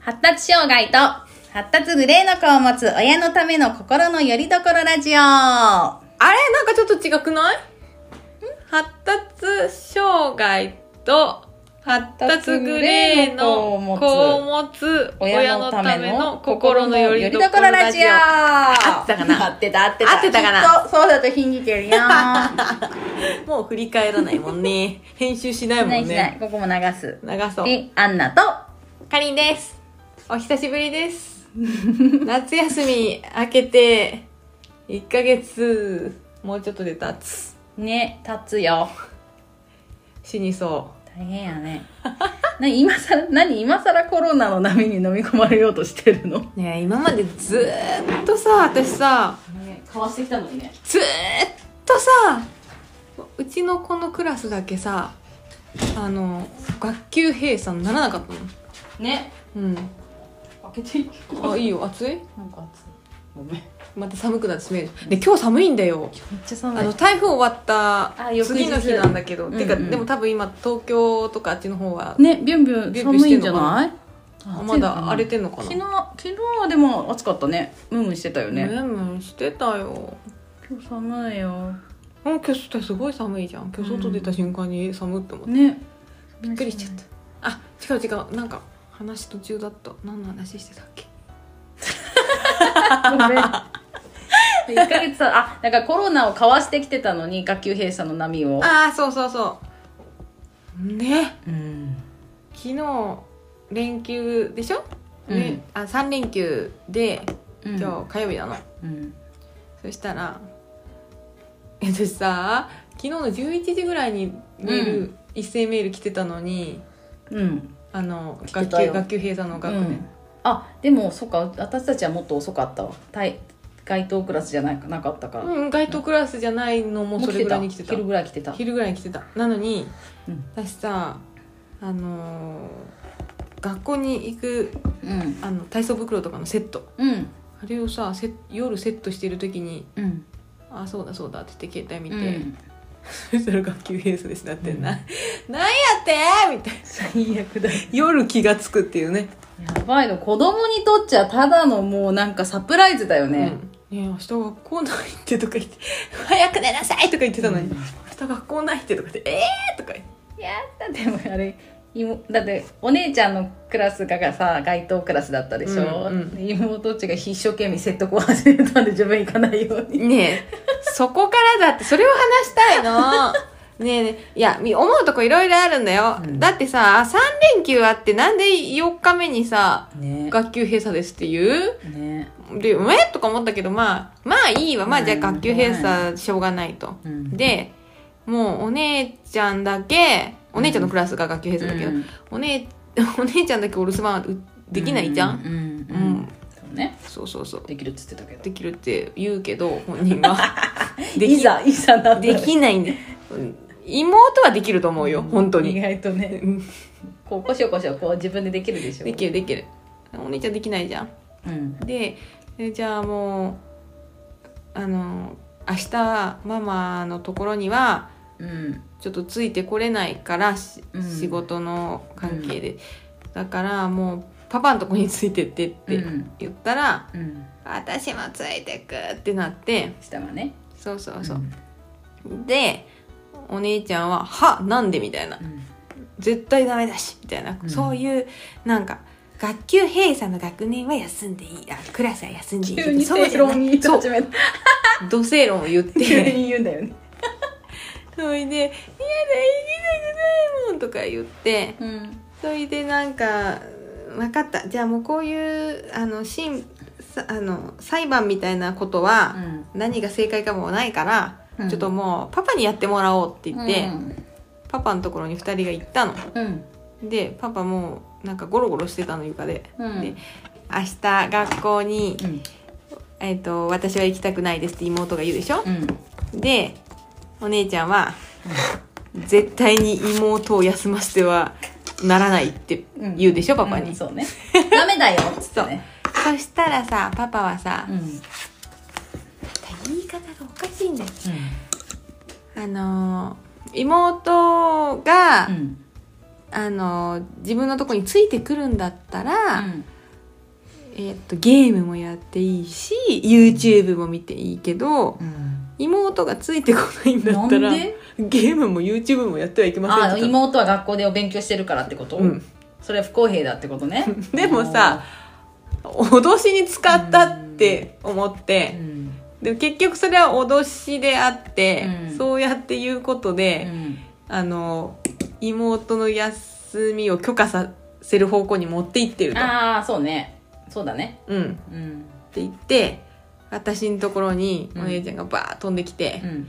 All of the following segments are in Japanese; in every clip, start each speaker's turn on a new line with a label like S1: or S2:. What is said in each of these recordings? S1: 発達障害と発達グレーの子を持つ親のための心の拠り所ラジオあ
S2: あれなんかちょっと違くない発達障害と発達グレーの子を持つ親のための心のよりどころラジオ
S1: 合
S2: 合ってたかな
S1: 合ってた合ってた
S2: 合ってたかな
S1: きっとそうだと信じ てるよ
S2: もう振り返らないもんね。編集しない
S1: し
S2: もん
S1: な
S2: ね。
S1: いしないここも流す
S2: 長そう。
S1: でアンナと
S2: かりんです。お久しぶりです。夏休み明けて、1ヶ月、もうちょっとで経つ。
S1: ね立つよ
S2: 死にそ
S1: 大変や ね何今さら何今さらコロナの波に飲み込まれようとしてるの
S2: う。ねえ今までずーっとさ、私さ、
S1: かわしてきたのにね
S2: ずーっとさうちの子のクラスだけさあの学級閉鎖にならなかったの
S1: ね
S2: うん
S1: 開けていい
S2: あいいよ暑い
S1: なんか熱いごめんめっ
S2: また寒くなってしまうで今日寒いんだよ
S1: ちゃ寒
S2: あの台風終わった
S1: あ翌日
S2: 次の日なんだけど、
S1: うんうん
S2: てかでも多分今東京とかあっちの方は、
S1: ねビュンビュン
S2: ビュンビュン
S1: 寒いんじゃ
S2: してんのか
S1: ない
S2: あ
S1: あ
S2: まだ荒れてんのか
S1: 昨
S2: な
S1: 日昨日はでも暑かったねムンムンしてたよね
S2: ねむしてたよ
S1: 今日寒いよ
S2: あ今日すごい寒いじゃん今日外出た瞬間にえ寒って思って
S1: ね
S2: びっくりしちゃったあ違う違うなんか話途中だった何の話してたっけ
S1: たごめん 1ヶ月さあだからコロナをかわしてきてたのに学級閉鎖の波を
S2: ああそうそうそうね
S1: うん
S2: 昨日連休でしょ、ねあ3連休で
S1: うん
S2: 今日火曜日なの、
S1: うん
S2: そしたらえ私さ昨日の11時ぐらいにメール、
S1: う
S2: 一斉メール来てたのに
S1: うん
S2: あの
S1: 来て
S2: 学
S1: たよ
S2: 級学級閉鎖の学
S1: う
S2: 年
S1: ん、あでもそっか私たちはもっと遅かったわ対該当クラスじゃないかなかったから、
S2: うん該当クラスじゃないのもそれぐらいに来てた
S1: 昼ぐらい来てた
S2: 昼ぐらいに来てたなのに、
S1: うん
S2: 私さあのー学校に行く
S1: うん
S2: あの体操袋とかのセット
S1: うん
S2: あれをさセ夜セットしてる時に
S1: うん
S2: 「あそうだそうだ」って言って携帯見て、
S1: うん
S2: そしたら学級閉鎖ですなってんな「 なんやって!」みたいな
S1: 最悪だ
S2: 夜気がつくっていうね
S1: やばいの子供にとっちゃただのもうなんかサプライズだよね、
S2: うんねえ明日学校ないって」とか言って「早く寝なさい!」とか言ってたのに「
S1: うん
S2: 明日学校ないって」とか言って「ええー!」とか言って
S1: いやだってもうあれ妹だってお姉ちゃんのクラスががさ該当クラスだったでしょ、
S2: うんうん
S1: 妹っちが一生懸命説得を始めたんで自分行かないように
S2: ねえそこからだってそれを話したいの ねえねえいやみ思うとこいろいろあるんだよ、
S1: うん
S2: だってさ3連休あってなんで4日目にさ
S1: ね
S2: 学級閉鎖ですっていう
S1: ね
S2: で「うえとか思ったけどまあまあいいわまあじゃあ
S1: うん
S2: 学級閉鎖しょうがないと、
S1: うん
S2: でもうお姉ちゃんだけお姉ちゃんのクラスが学級閉鎖だけど、
S1: うん
S2: お姉 お姉ちゃんだけお留守番うできないじゃん、
S1: うんうん、うん
S2: うん
S1: そうね
S2: そうそうそう
S1: できるっつってたけど
S2: できるって言うけど本人 はで
S1: いざいざな
S2: できないね妹はできると思うよ本当
S1: 意
S2: に
S1: 外とねこうこしょこしょこう自分でできるでしょ
S2: できるできるお姉ちゃんできないじゃん
S1: うん
S2: でえじゃあもうあの明日ママのところには
S1: うん
S2: ちょっとついてこれないから、し
S1: うん
S2: 仕事の関係で、だからもうパパのとこについてってっ
S1: う
S2: て
S1: ん
S2: 言ったら、
S1: うん
S2: 私もついてくってなって
S1: 下はね
S2: そうそうそう、でお姉ちゃんは「はなんで?」みたいな
S1: うん
S2: 絶対ダメだしみたいな、
S1: うん
S2: そういうなんか学級閉鎖の学年は休んでいいあクラスは休んでいい
S1: 急に
S2: そう
S1: 正
S2: じゃな
S1: 論に言
S2: い
S1: い
S2: そう
S1: 始めた
S2: 土星論を言っ
S1: 急
S2: て
S1: に言うんだよね
S2: それで「いやだ行きたくないもん」とか言って
S1: うん
S2: それでなんか「分かったじゃあもうこういうあの審さあの裁判みたいなことは何が正解かもないから、
S1: うん
S2: ちょっともうパパにやってもらおうって言って、パパのところに2人が行ったの
S1: うん
S2: でパパもうなんかゴロゴロしてたの床で
S1: うん
S2: で明日学校に
S1: う、ん
S2: えーと「私は行きたくないです」って妹が言うでしょ
S1: うん
S2: でお姉ちゃんは「絶対に妹を休ませてはならない」って言うでしょ、パパに、
S1: うん
S2: そ
S1: そうねダメだよっつってね
S2: したらさパパはさ、
S1: うん
S2: 言い方がおかしいんだよあのー妹が、
S1: うん
S2: あのー自分のとこについてくるんだったら、
S1: う
S2: えっとゲームもやっていいし YouTube も見ていいけど
S1: うん
S2: 妹がついてこないんだったら
S1: なんで
S2: ゲームも YouTube もやってはいけません
S1: あ
S2: って言ったの
S1: 妹は学校でお勉強してるからってこと、
S2: うん
S1: それは不公平だってことね
S2: でもさ脅しに使ったって思って、
S1: うん
S2: で結局それは脅しであって、
S1: うん
S2: そうやって言うこと
S1: う
S2: で、
S1: ん
S2: あの妹の休みを許可させる方向に持っていってると、
S1: ああそうねそうだね
S2: うん、って
S1: うん
S2: 言って私のところに
S1: う
S2: お
S1: ん
S2: 姉ちゃんがバーッ飛んできて
S1: う
S2: 「あんなん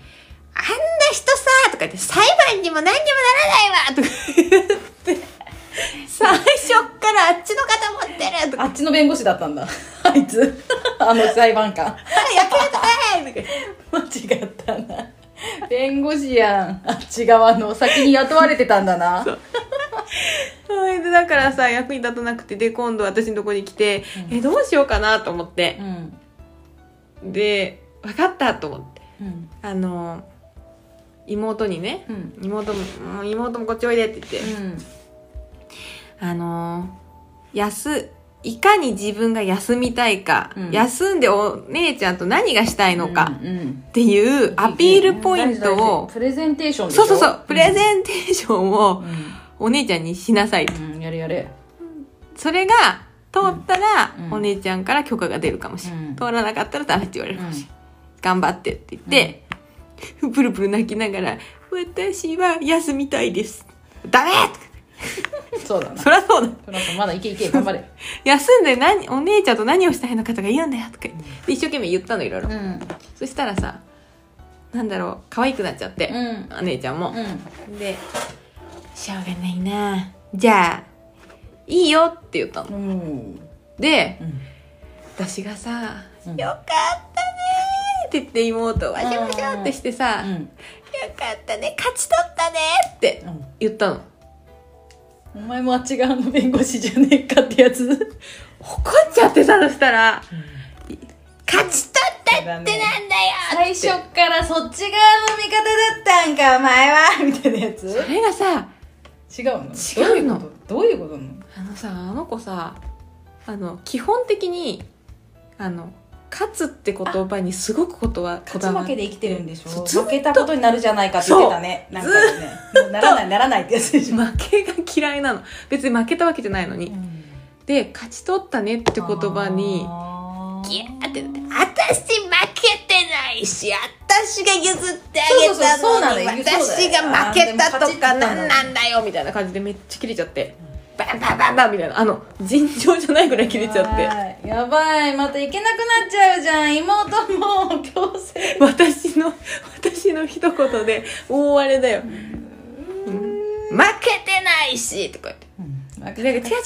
S2: 人さ」とか言って「裁判にも何にもならないわ」とか言って「最初っからあっちの肩持ってる」とか
S1: あっちの弁護士だったんだあいつあの裁判官
S2: 「あやけ るとか
S1: 間違ったな弁護士やんあっち側の先に雇われてたんだな
S2: そうそれでだからさ役に立たなくてで今度私のとこに来て、
S1: うん
S2: えどうしようかなと思って
S1: う、ん
S2: で分かったと思って
S1: うん
S2: あの妹にね
S1: うん
S2: 妹もうん妹もこっちおいでって言って、あの休いかに自分が休みたいか、
S1: うん
S2: 休んでお姉ちゃんと何がしたいのか
S1: うんうん
S2: っていうアピールポイ
S1: 大
S2: ント
S1: 事大
S2: を
S1: 事、プレゼンテーションでし
S2: そ
S1: ょ
S2: うそうそうプレゼンテーションを
S1: う
S2: お姉ちゃんにしなさいと
S1: ん、うんやれやれ
S2: それが通ったら、
S1: うん
S2: お姉ちゃんから許可が出るかもしれない、
S1: うん
S2: 通らなかったらダメって言われるかもしれない、頑張ってって言って、プルプル泣きながら「私は休みたいです」「ダメ!」とか
S1: そうだな
S2: そりゃそうだ
S1: トラさんまだいけいけ頑張れ
S2: 休んで何お姉ちゃんと何をしたいのかとか言うんだよとか言ってで一生懸命言ったのいろいろ、
S1: ん
S2: そしたらさなんだろう可愛くなっちゃって、
S1: うん
S2: お姉ちゃんも、
S1: うん
S2: で「しょうがないなじゃあいいよ」って言ったの
S1: うん
S2: で、
S1: うん
S2: 私がさ「
S1: うん
S2: よかったね」って言って妹をわしゃわしゃってしてさ「
S1: う
S2: よ
S1: ん
S2: かったね勝ち取ったね」って
S1: うん
S2: 言ったの
S1: お前もあっち側の弁護士じゃねえかってやつ
S2: 怒っちゃってさそしたら「勝ち取ったってなんだよ!」
S1: 最初っからそっち側の味方だったんかお前はみたいなやつ
S2: それがさ
S1: 違うの
S2: 違うの
S1: どういうことどういうことなの
S2: あのさあの子さあの基本的にあの勝つって言葉にすごくことはこ
S1: 勝ち
S2: だわ
S1: 負け
S2: って
S1: で生きてるんでし
S2: そ
S1: ょ
S2: うずっ
S1: 負けたことになるじゃないかって言ってたねなんかねもうならないならないってやつでしょ
S2: 負けが嫌いなの別に負けたわけじゃないのに、で勝ち取ったねって言葉にギャーってなって私負けてないし私が譲ってあげ
S1: そう
S2: た
S1: そうそうそうな
S2: の
S1: の
S2: に
S1: よそう
S2: 私
S1: だよ
S2: が負けたとか
S1: あーでも勝ち取ったの
S2: なんなんだよみたいな感じでめっちゃ切れちゃってバンバンバンバンみたいなあの尋常じゃないぐらい切れちゃっ
S1: ってやばいまた行けなくなっちゃうじゃん妹も強制
S2: て私の私の一言で大荒れだようん負けてないしとか言って
S1: 負
S2: でなんか違う違う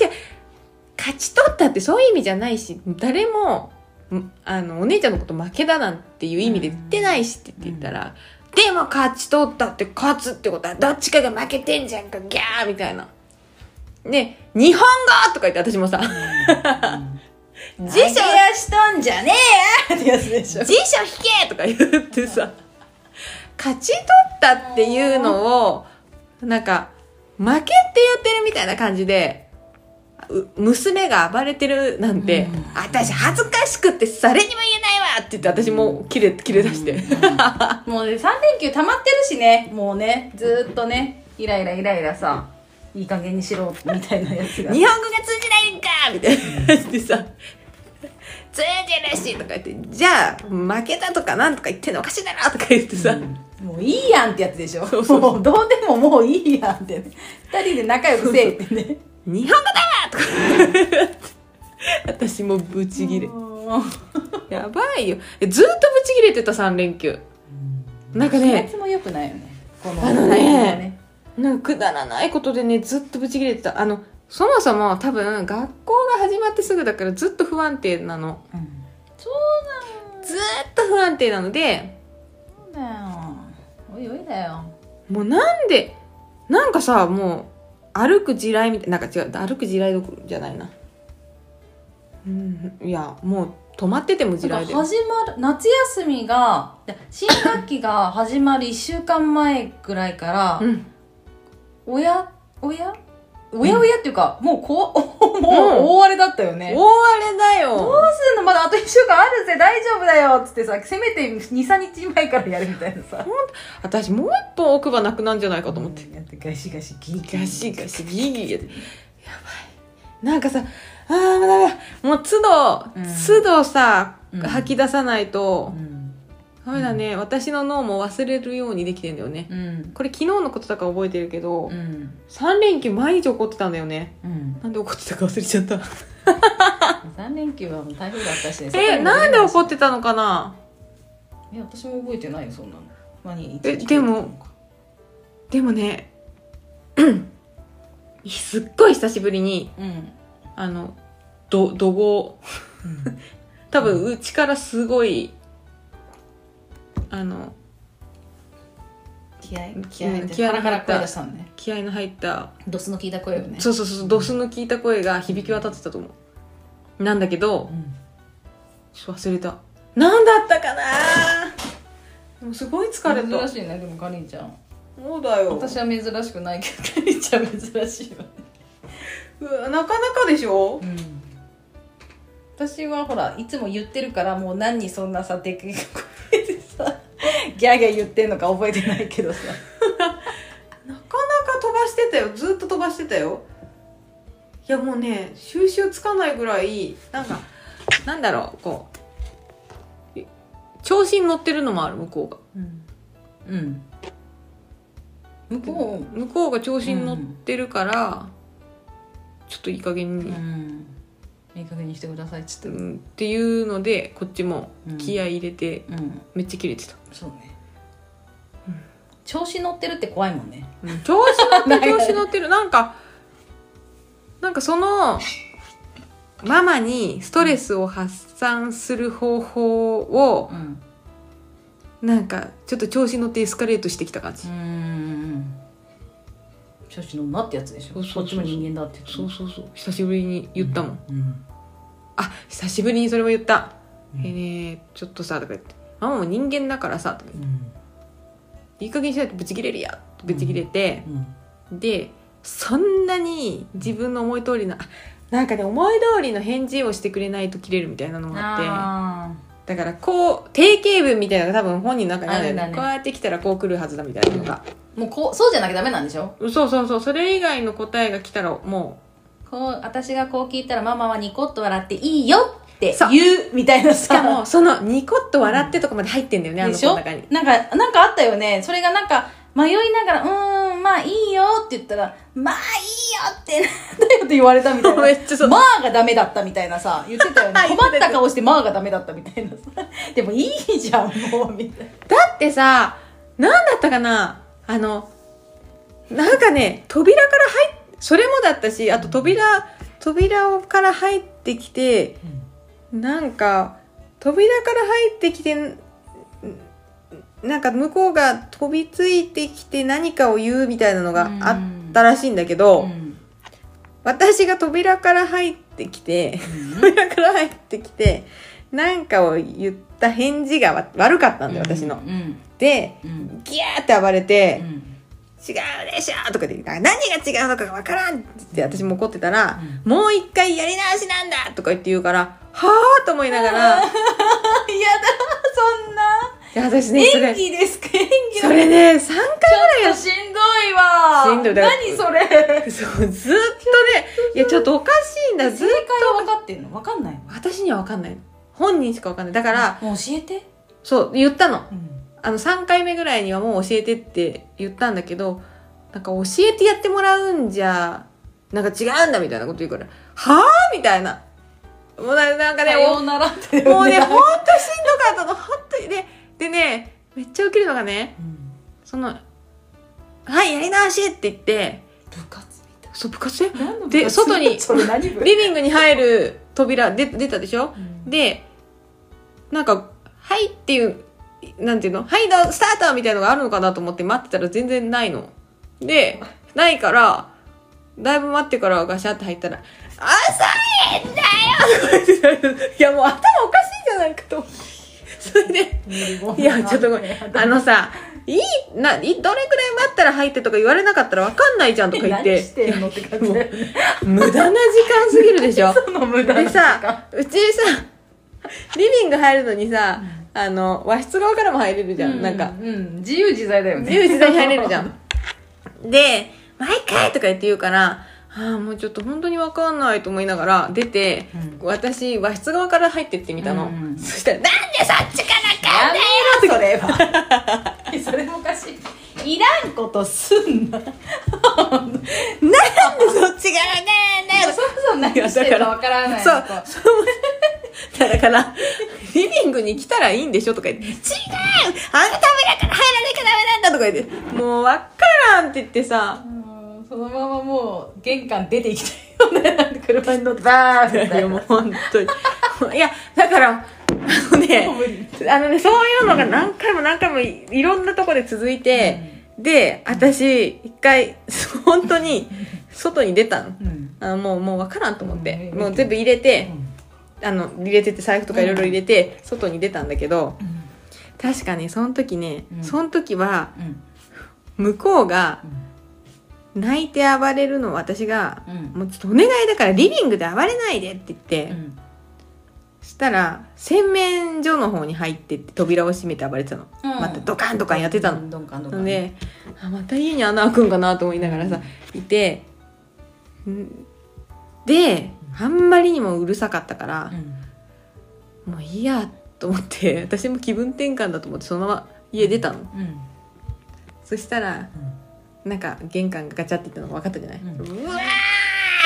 S2: 勝ち取ったってそういう意味じゃないし誰もんあのお姉ちゃんのこと負けだなんていう意味で言ってないしって言ったら、でも勝ち取ったって勝つってことはどっちかが負けてんじゃんかギャーみたいな。ね日本語とか言って私もさ辞書
S1: 辞書やしとんじゃねえやってやつでしょ
S2: 辞書引けとか言ってさ勝ち取ったっていうのをなんか負けって言ってるみたいな感じでう娘が暴れてるなんて、
S1: うん
S2: 私恥ずかしくって誰にも言えないわって言って私もキレキレ出して、
S1: もうね3連休溜まってるしねもうねずーっとねイライライライラさいい加減にしろみたいなやつが
S2: 日本語が通じないんかみたいな感じでさ通じるしとか言ってじゃあ負けたとかなんとか言ってんのおかしいだろとか言ってさ、
S1: もういいやんってやつでしょ
S2: そうそうそう
S1: もうどうでももういいやんってね2人で仲良くせえってね
S2: 日本語だわとか私もブチギレ
S1: もう
S2: やばいよえずっとブチギレてた3連休なんか
S1: 気持
S2: ね
S1: ちも良くないよねこの
S2: あのねなんかくだらないことでねずっとブチギレてたあのそもそも多分学校が始まってすぐだからずっと不安定なの
S1: うんそう
S2: ずっと不安定なので
S1: なんだよおいおいだよ
S2: もうなんでなんかさもう歩く地雷みたいなんか違う歩く地雷どころじゃないなうんいやもう止まってても地
S1: なん
S2: 雷
S1: か
S2: で
S1: 始まる夏休みがいや新学期が始まる1週間前ぐらいから
S2: うん
S1: 親親おやおやっていうか、もうこう、 もう大荒れだったよね。
S2: 大荒れだ
S1: どう
S2: よ。
S1: すんのまだあと1週間あるぜ大丈夫だよっつってさせめて23日前からやるみたいなさ
S2: 私もう一本奥歯なくなんじゃないかと思って。
S1: やってガシガシギリギリ
S2: ガシガシギギギやばい。なんかさ、あーもうダメだ。もう都度、
S1: うん
S2: 都度さ、
S1: うん
S2: 吐き出さないうと、
S1: ん、
S2: ダメだね。私の脳も忘れるようにできてんだよね。
S1: うん
S2: これ昨日のことだから覚えてるけど、
S1: うん
S2: 3連休毎日怒ってたんだよね。
S1: うん、
S2: なんで怒ってたか忘れちゃった。
S1: 3連休はもう台風だったしね
S2: え、なんで怒ってたのかない
S1: や私も覚えてないよそんなの何
S2: えでもでもね、 うんすっごい久しぶりに、
S1: うん、
S2: あの、ど、怒号。
S1: うん、
S2: 多分、うちからすごい、あの、
S1: 気合
S2: うん
S1: 気合入って
S2: 気合
S1: カ
S2: 入
S1: ラ
S2: った
S1: カラ声出したのね
S2: 気合の入った、
S1: ドスの効いた声をね
S2: そうそうそう、ドスの効いた声が響き渡ってたと思う。なんだけど
S1: う、ん
S2: ちょっと忘れた。なんだったかなでもすごい疲れ
S1: 珍
S2: た。
S1: しいねでもかりんちゃん
S2: そうだよ。
S1: 私は珍しくないけどかりんちゃん珍しいわ
S2: うわなかなかでしょ
S1: うん私はほらいつも言ってるからもう何にそんなさでっかい声でさギャーギャー言ってんのか覚えてないけどさ
S2: なかなか飛ばしてたよずっと飛ばしてたよいやもうね収集つかないぐらいなんかなんだろうこう調子に乗ってるのもある向こうが
S1: うん、向こ
S2: 向こうが調子に乗ってるから、ちょっといい加減
S1: う、
S2: に、
S1: ん、いい加減にしてくださいっつ
S2: う
S1: って
S2: んっていうのでこっちも気合い入れて、
S1: うん
S2: めっちゃ切れてた、
S1: そうね、調子乗ってるって怖いもんね
S2: うん調子乗ってる調子乗ってる なんかなんかそのママにストレスを発散する方法を
S1: うん
S2: なんかちょっと調子乗ってエスカレートしてきた感じ、
S1: ん調子乗んなってやつでしょ
S2: そうそうそうそう
S1: こっちも人間だって言って
S2: そうそうそう久しぶりに言ったもん、
S1: うん
S2: あ久しぶりにそれも言った、
S1: うん
S2: えーねちょっとさとか言ってママも人間だからさとか言って
S1: うん
S2: いい加減にしないとブチ切れるやとブチ切れて、
S1: うん
S2: でそんなに自分の思い通りのあなんかね思い通りの返事をしてくれないと切れるみたいなのがあっ
S1: あ
S2: てだからこう定型文みたいなのが多分本人の中にあるんだ
S1: あ
S2: よ
S1: る
S2: ね
S1: んだ
S2: こ
S1: ね
S2: うやって来たらこう来るはずだみたいなのが、
S1: ーもうこうそうじゃなきゃダメなんでしょ
S2: そうそうそうそれ以外の答えが来たらも
S1: こう私がこう聞いたらママはニコッと笑っていいよって
S2: そう
S1: 言うみたいな
S2: う
S1: し
S2: しかもそのニコッと笑ってとかまで入ってんだよね、あ
S1: で
S2: の
S1: し
S2: 子の
S1: ょ
S2: 中に
S1: なんかなんかあったよねそれがなんか迷いながら「うーんまあいいよ」って言ったら「まあいいよ」ってなんだよって言われたみたいな
S2: めっ ちゃそう
S1: まあがダメだったみたいなさ言ってた よね
S2: 言ってた
S1: 困った顔して「まあ」がダメだったみたいなさ でもいいじゃんもうみたいな
S2: だってさ何だったかなあのなんかね扉から入っそれもだったしあと扉扉をから入ってきてなんか扉から入ってきてんなんか向こうが飛びついてきて何かを言うみたいなのがあったらしいんだけど、
S1: うん
S2: 私が扉から入ってきて
S1: うん
S2: 扉から入ってきて何かを言った返事がわ悪かったんだよ私の。
S1: うん
S2: で
S1: うん
S2: ギャーって暴れて
S1: うん
S2: 「違うでしょ!」とかで言うから「何が違うのかが分からん!」って言って私も怒ってたら「もう一回やり直しなんだ!」とか言って言うから「はあ!」と思いな がら。
S1: あやだそんない
S2: や私ねそ
S1: 演
S2: れ
S1: 技ですか演技
S2: それね3回ぐらいやっ
S1: しんどいわ
S2: しんどいだから
S1: 何それ
S2: そうずっとねいやちょっとおかしいんだず
S1: 正解は分かってんの分かんない
S2: 私には分かんない本人しか分かんないだから
S1: もう教えて、
S2: そう言ったの
S1: うん、
S2: あの3回目ぐらいにはもう教えてって言ったんだけどなんか教えてやってもらうんじゃなんか違うんだみたいなこと言うからはあみたいなもうななんか
S1: さ
S2: ね
S1: ようならって
S2: おもうねほんとしんどかったのほんとにねでねめっちゃウケるのがね
S1: うん
S2: その「はいやり直し!」って言って
S1: 部活みた
S2: そう部活で
S1: いな
S2: で外に
S1: それ何部
S2: リビングに入る扉で出たでしょでなんか「はい」っていうなんていうの「はいどうスタート!」みたいのがあるのかなと思って待ってたら全然ないのでないからだいぶ待ってからガシャって入ったら「遅いんだよ! とか言って」いやもう頭おかしいじゃないかと思ってそれで
S1: うん
S2: いやちょっとごめんあのさいい、な、い、どれくらい待ったら入ってとか言われなかったらわかんないじゃんとか言っ
S1: 何
S2: て
S1: し。てんのって感じだよね
S2: 無駄な時間すぎるでしょ。
S1: その無駄な
S2: でさ、 うちさ、リビング入るのにさ、あの、和室側からも入れるじゃん。なんか、
S1: うん、自由自在だよね
S2: 自由自在に入れる じゃん。で、毎回とか言って言うから、ああ、もうちょっと本当にわかんないと思いながら出て、
S1: う
S2: 私、和室側から入ってってみたの。
S1: うんうん
S2: そしたら、なんでそっちからか
S1: やめろそれは それもおかしいいらんことすんななんで
S2: なんでそっちからかね
S1: そもそも何してるかわからない
S2: そう、そう。だから、リビングに来たらいいんでしょとか言って、違うあのためだから入らなきゃダメなんだとか言って、もうわからんって言ってさ、
S1: うんそのままもう玄関出て行きたいよねなんか車に乗ってバーンみ
S2: い
S1: た
S2: や
S1: い
S2: もう
S1: な
S2: 本当に。いや、だから、あのね
S1: もう無理、
S2: あのね、そういうのが何回も何回もいいろんなとこで続いて、で、私、一回、本当に、外に出た
S1: う
S2: の。
S1: ん
S2: あもう、もうわからんと思って。
S1: うん
S2: もう全部入れて、
S1: うん
S2: あの入れてて財布とかいろいろ入れて、外に出たんだけど確かにその時ね、
S1: うん
S2: その時は
S1: うん
S2: 向こうが
S1: うん
S2: 泣いて暴れるのを私が
S1: うん
S2: 「もうちょっとお願いだからリビングで暴れないで」って言って、
S1: うん
S2: そしたら洗面所の方に入ってって扉を閉めて暴れてたの、
S1: うん
S2: またドカンドカンやってたの、
S1: どんかんどん
S2: な
S1: か
S2: の
S1: ん
S2: であまた家に穴開くんかなと思いながらさいてんであんまりにもうるさかったから、
S1: うん
S2: もういいやと思って私も気分転換だと思ってそのまま家出たの、
S1: うん
S2: そしたら
S1: うん
S2: なんか玄関がガチャっていったのが分かったじゃない、う
S1: う
S2: わ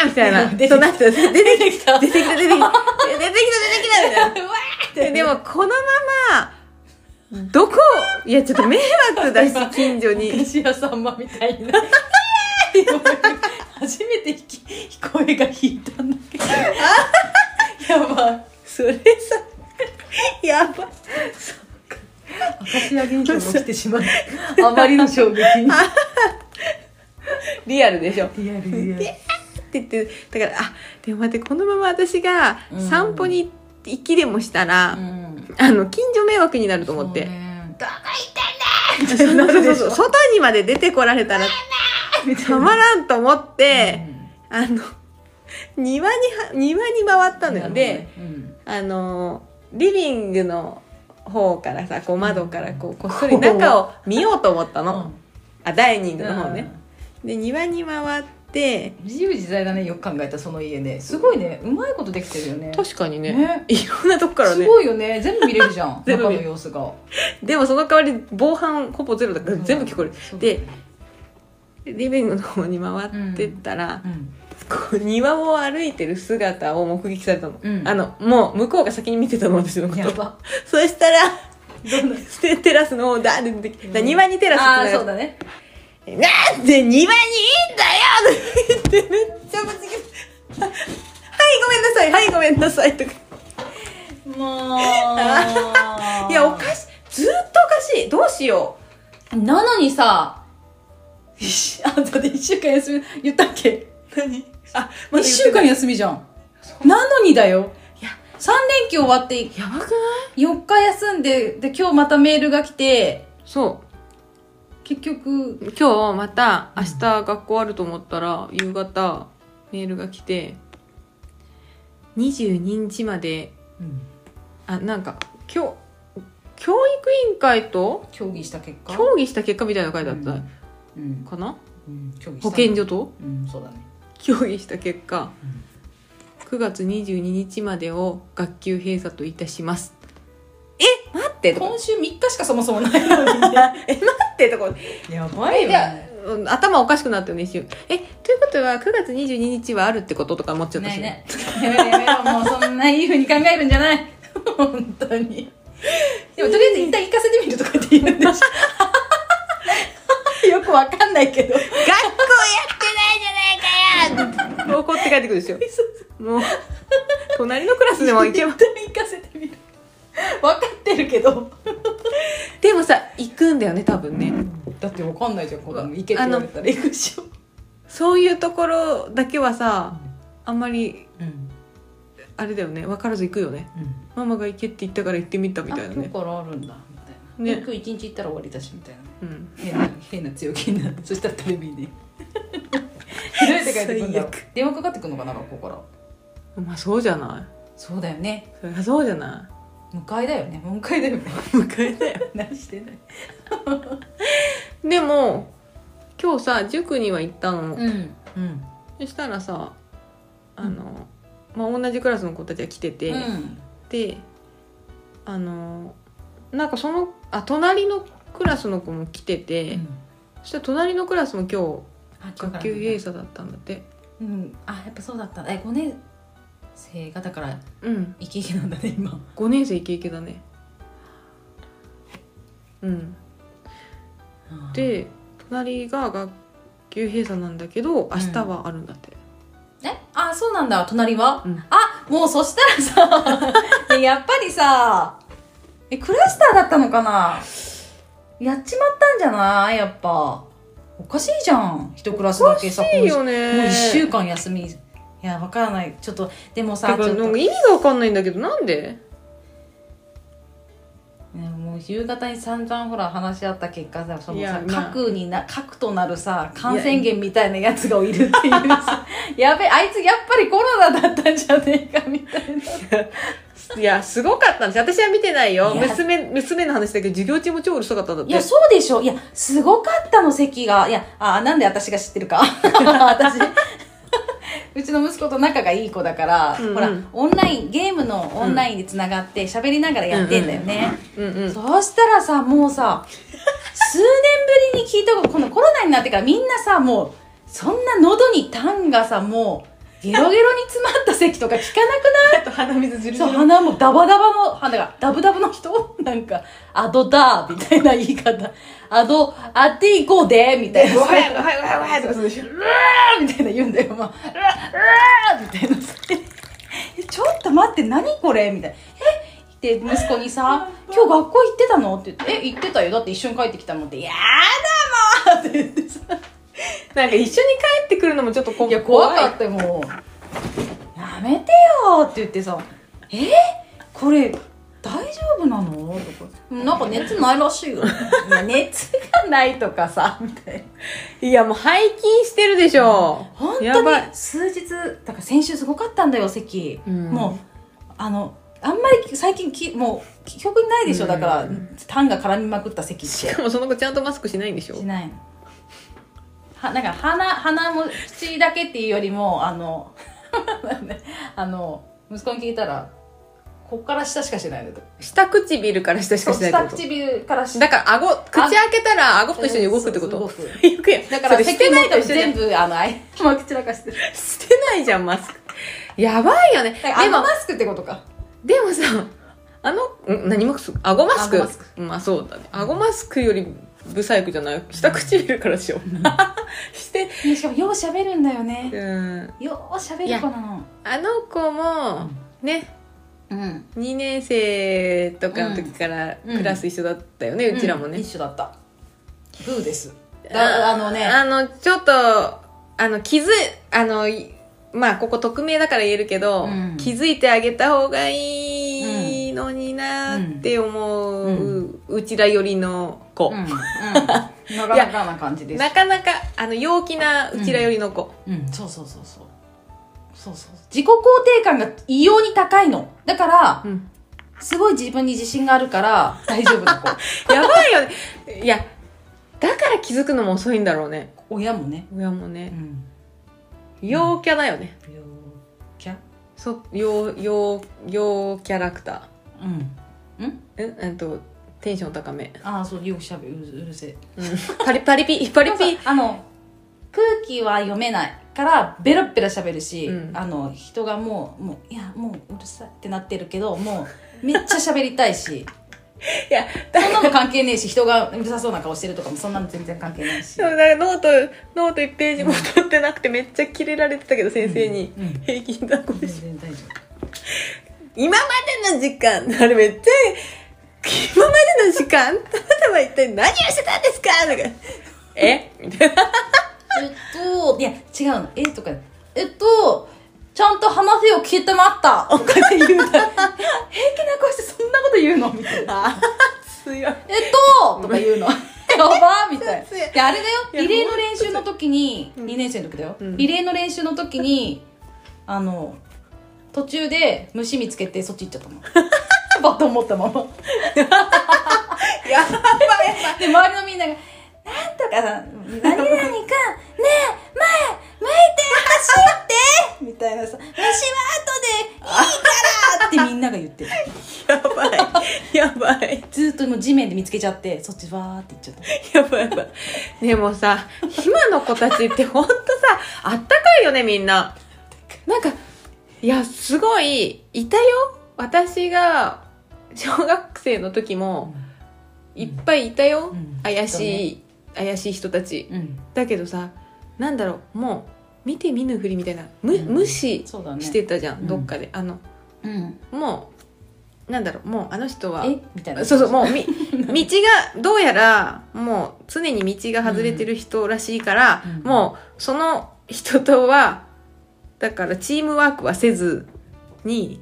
S2: ーみたいな
S1: 出てき
S2: そうなってた 出てき
S1: 出てきた
S2: た出てきた出てきた出てきた出てきたみたいな
S1: うわーって
S2: ででもこのままどこいやちょっと迷惑だし近所
S1: お
S2: に
S1: 菓子屋さんまみたいな初めて聞き声が引いたんだけどやばい
S2: それさやばい
S1: 明石家現象も来てしまう あまりの衝撃に
S2: リアルでしょ
S1: リアルリアル
S2: でって言ってだからあでも待ってこのまま私が散歩に行きでもしたら、
S1: うん
S2: あの近所迷惑になると思って、
S1: そうねだ
S2: そうそう
S1: なる
S2: そう
S1: でし
S2: そ
S1: ょ
S2: う 外にまで出てこられ たら
S1: みたい
S2: た
S1: な
S2: まらんと思っ
S1: う
S2: て、
S1: ん
S2: あの庭には庭に回ったのよ、で
S1: うん
S2: あのリビングの方からさこう窓からこうこっそり中を見ようと思ったの、あダイニングの方ね、で庭に回っ
S1: う
S2: て
S1: ん自由自在だねよく考えたその家ねすごいねうまいことできてるよね
S2: 確かにね
S1: ね
S2: いろんなとこから
S1: す
S2: ね
S1: ごいよね 全部見れるじゃん中
S2: 全部
S1: の
S2: 見れる
S1: 様子が
S2: でもその代わり防犯ほぼゼロだから全部聞こえる、
S1: そう
S2: でリビングの方に回ってったら、
S1: うん
S2: こう庭を歩いてる姿を目撃されたの、
S1: うん
S2: あのもう向こうが先に見てたの私のこ
S1: や
S2: と
S1: ば
S2: そしたら
S1: どんな
S2: で テラスの方だって出てきてだから庭にテラス
S1: ああ
S2: って
S1: ー
S2: な
S1: そうだ ね
S2: るなんで庭にいいんだよって言って めっちゃぶち切れはいはいごめんなさいはいごめんなさいとか
S1: もう
S2: いやおかしいずーっとおかしいどうしよ
S1: なのにさ一週あんたで1週間休み言ったっけ
S2: う何あま
S1: 1
S2: だ言ってない
S1: 週間休みじゃんなのにだよ
S2: いや
S1: 3連休終わって
S2: やばくない
S1: 4日休んでで今日またメールが来て
S2: そ
S1: 結局
S2: う今日また明日学校あると思ったら夕方メールが来て22日まであなんか教教育委員会と
S1: 協議した結果
S2: 協議した結果みたいなの書いてあった
S1: うん
S2: かな、
S1: うん協議した
S2: 保健所と
S1: うんそうだね
S2: 協議した結果、9月22日までを学級閉鎖といたしますえ待ってとか
S1: 今週3日しかそもそもないのに
S2: え待ってとか
S1: やばいよ
S2: じゃ
S1: ね
S2: あ頭おかしくなったよね一瞬えということは9月22日はあるってこととか思っちゃった
S1: な
S2: し、
S1: いねやめろやめろもうそんないいふうに考えるんじゃない本当にでもとりあえず一旦行かせてみるとかって言うんでしょよくわかんないけど
S2: 学校やってないじゃないかよ怒って帰ってくるでしょもう隣のクラスでも行けば
S1: 一旦行かせてみるわかってるけど
S2: でもさ行くんだよね多分ね
S1: だってわかんないじゃん子供行けって言われたら行くでしょ、
S2: そういうところだけはさあんまり
S1: うん
S2: あれだよね分からず行くよね
S1: うん、
S2: ママが行けって言ったから行ってみたみたいな
S1: あ今日
S2: ね
S1: からあるんだみたいなで
S2: ね
S1: 今日一日行ったら終わりだしみたいな
S2: うん
S1: 変な変な強気になってそしたらテレビに どうやって帰ってくるんだろう
S2: 最
S1: 電話かかってくるのかな学校から
S2: まあそうじゃな
S1: そうだよね
S2: いそりゃそうじゃな
S1: 迎えだよね迎えだよね
S2: い迎えだよ
S1: 何してない
S2: でも今日さ塾には行った
S1: う
S2: の、
S1: んうん
S2: そしたらさあの、まあ、同じクラスの子たちが来てて、
S1: うん
S2: であのなんかそのあ隣のクラスの子も来てて、そしたら隣のクラスも今
S1: あ
S2: 日学級閉鎖だったんだって
S1: うんあやっぱそうだったえ五年生がだから
S2: うん
S1: 生き生きなんだね今
S2: 5年生イケイケだねうんで隣が学級閉鎖なんだけど明日はあるんだって、
S1: えあそうなんだ隣は、
S2: うん
S1: あもうそしたら さねやっぱりさえクラスターだったのかなやっちまったんじゃないやっぱおかしいじゃん一クラスだけさ
S2: いいよね
S1: このもう1週間休みいやわからないちょっとでもさ
S2: だ
S1: ち
S2: か
S1: ょ
S2: ら
S1: っ
S2: な
S1: と、
S2: ん
S1: ね、
S2: か意味がわかんないんだけどなんで
S1: もう夕方に散々ほら話し合った結果さその
S2: い
S1: さ
S2: やまあ
S1: 核にな核となるさ感染源みたいなやつがいるっていう さやべえあいつやっぱりコロナだったんじゃねえかみたい ない
S2: やすごかったんです私は見てないよ
S1: いや
S2: 娘娘の話だけど授業中も超うるさかったんだっ
S1: い
S2: て
S1: や、そうでしょ。いや、すごかったの、席が。いや、あ、なんで私が知って るか。私。 うちの息子と仲がいい子だから、
S2: うんうん
S1: ほら、オンライン、ゲームのオンラインでつながって、喋りながらやってんだよね。
S2: うんうん
S1: そうしたらさ、もうさ、数年ぶりに聞いたこと、このコロナになってからみんなさ、もう、そんな喉に痰がさ、もう、ゲロゲロに詰まった席とか聞かなくない
S2: と鼻水ず
S1: そう鼻もダバダバの鼻がダブダブの人 なんかアドダーみたいな言い方アドアティゴでみたいな
S2: ごはんごはんごはんごはんとかするでしょ
S1: うわーみたいな言うんだよ、まあ、うわうわーみたいなさえちょっと待って何これみたいな「えっ?」て息子にさ「今日学校行ってたの?」って言って「え行ってたよだって一緒に帰ってきたの」って「やだもん!」って言ってさ
S2: なんか一緒に帰ってくるのもちょっとこ
S1: いや怖かったよもうやめてよって言ってさ「えこれ大丈夫なの?」とか「なんか熱ないらしいよ」いや熱がないとかさみたいない
S2: やもう背筋してるでしょ
S1: 本
S2: やば
S1: 当に
S2: い
S1: 数日だから先週すごかったんだよ席、
S2: うん
S1: もうあのあんまり最近きもう記憶にないでしょ、
S2: うん
S1: だから痰が絡みまくった席って
S2: しかもその子ちゃんとマスクしないんでしょ
S1: しないのはなんか鼻鼻も口だけっていうよりもあの あの息子に聞いたらこっから下しかしないのと
S2: 下唇から下し
S1: そ
S2: か
S1: う
S2: しない
S1: 下
S2: ってこと
S1: 唇から下
S2: だから顎口開けたら顎と一緒に動くって
S1: そ
S2: こ
S1: う
S2: と
S1: そう動く
S2: よくや
S1: だから
S2: それしてないと一緒じゃ
S1: 全
S2: ん
S1: 部あのあいまき散らかしてる
S2: してないじゃんマスクやばいよね
S1: だから
S2: で
S1: あの
S2: も
S1: マスクってことか
S2: でもさあのん何マスク顎マスク
S1: 顎マス
S2: まあそうだね顎マスクよりブサイクじゃない下唇からしよう して
S1: ねしかもようしゃべるんだよね
S2: うん
S1: ようしゃべる子なの
S2: あの子もね
S1: うん
S2: 2年生とかの時から
S1: うん
S2: クラス一緒だったよね、うちらもね、
S1: ん一緒だったブーですだあのね
S2: あのちょっとあの気づあのいまあここ匿名だから言えるけど、
S1: うん
S2: 気づいてあげた方がいいのになって思う、うちら寄りの子、
S1: うんうんなかなかな感じ です
S2: なかなかあの陽気なうちら寄りの子、
S1: うん、そうそうそうそうそうそう自己肯定感が異様に高いのだから
S2: うん
S1: すごい自分に自信があるから 大丈夫な子
S2: やばいよねいやだから気づくのも遅いんだろうね
S1: 親もね
S2: 親も
S1: う
S2: ね
S1: ん
S2: 陽キャだよね
S1: 病気
S2: そ陽陽陽キャラクタ
S1: うん
S2: ーんえっとテンション高め、
S1: ああそうよくしゃべるうるうるせえ
S2: うん、パリ パリピパリ
S1: なんか
S2: ピ
S1: あの空気は読めないからベラッベラ喋るし、
S2: うん
S1: あの人がもうもういやもううるさいってなってるけどもうめっちゃ喋りたいし
S2: いや
S1: そんなの関係ねえし人がうるさそうな顔してるとかもそんなの全然関係 ないし
S2: そうだからノートノート1ページも取ってなくてめっちゃキレられてたけど先生に
S1: うんうん
S2: 平均だこ
S1: 全
S2: でしょ
S1: 然大丈
S2: 今までの時間あれめっちゃ今までの時間あなたは一体何をしてたんですかとかえみたいな
S1: 夫えっといや違うのえとかえっとちゃんと話を聞 いてまったとかって言うたら平気な顔してそんなこと言うのみたいな
S2: あ強い。
S1: えっととか言う の。やばーみたい
S2: 強い
S1: な。で、あれだ
S2: いや
S1: よ。リレーの練習の時に、
S2: うん
S1: 2年生の時だよ。
S2: うん
S1: リレーの練習の時に、あの、途中で虫見つけてそっち行っちゃ ったの。バトン持ったまま。
S2: やばい。
S1: で、周りのみんなが、なんとかさん、何々か、ねえ、前、向いて、走ってみたいなさ、虫は後でいいからってみんなが言ってる。
S2: やばい。やばい。
S1: ずーっともう地面で見つけちゃって、そっちわーって行っちゃった。
S2: やばいやばい。でもさ、今の子たちってほんとさ、あったかいよね、みんな。なんか、いや、すごい、いたよ。私が、小学生の時も、いっぱいいたよ。
S1: うん
S2: 怪しい、怪しい人たち。
S1: うん。
S2: だけどさ、なんだろう、もう、見て見ぬふりみたいな、む、
S1: うん
S2: 無視
S1: そうだね。
S2: してたじゃん、
S1: うん
S2: どっかで。あの、
S1: うん。
S2: もう、なんだろう、もう、あの人は、
S1: えみた いな。
S2: そうそう、もうみ、道が、どうやら、もう常に道が外れてる人らしいから、
S1: うん
S2: もう、その人とは、だからチームワークはせずに、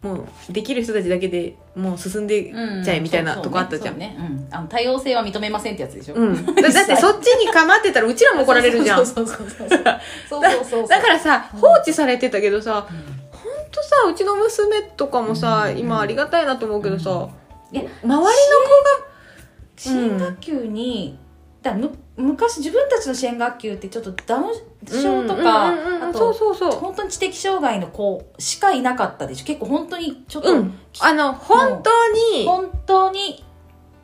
S2: もう、できる人たちだけでもう進んでっちゃえみたいなとこあったじゃん。
S1: そうそうねそうねうん、あの多様性は認めませんってやつでしょ、
S2: うん。だだってそっちに構ってたらうちらも怒られるじゃん。
S1: そうそうそうそうそうそう そうそう
S2: だからさ、放置されてたけどさ、
S1: うん
S2: ほんとさ、うちの娘とかもさ、
S1: うん
S2: 今ありがたいなと思うけどさ、
S1: いや
S2: 周りの子が、
S1: 支援学級に、だむ昔自分たちの支援学級ってちょっとダウン症とか、
S2: うんうんうんうん
S1: あと
S2: そうそうそう。
S1: 本当に知的障害の子しかいなかったでしょ結構本当にちょっと、
S2: うん。あの、本当に、
S1: 本当に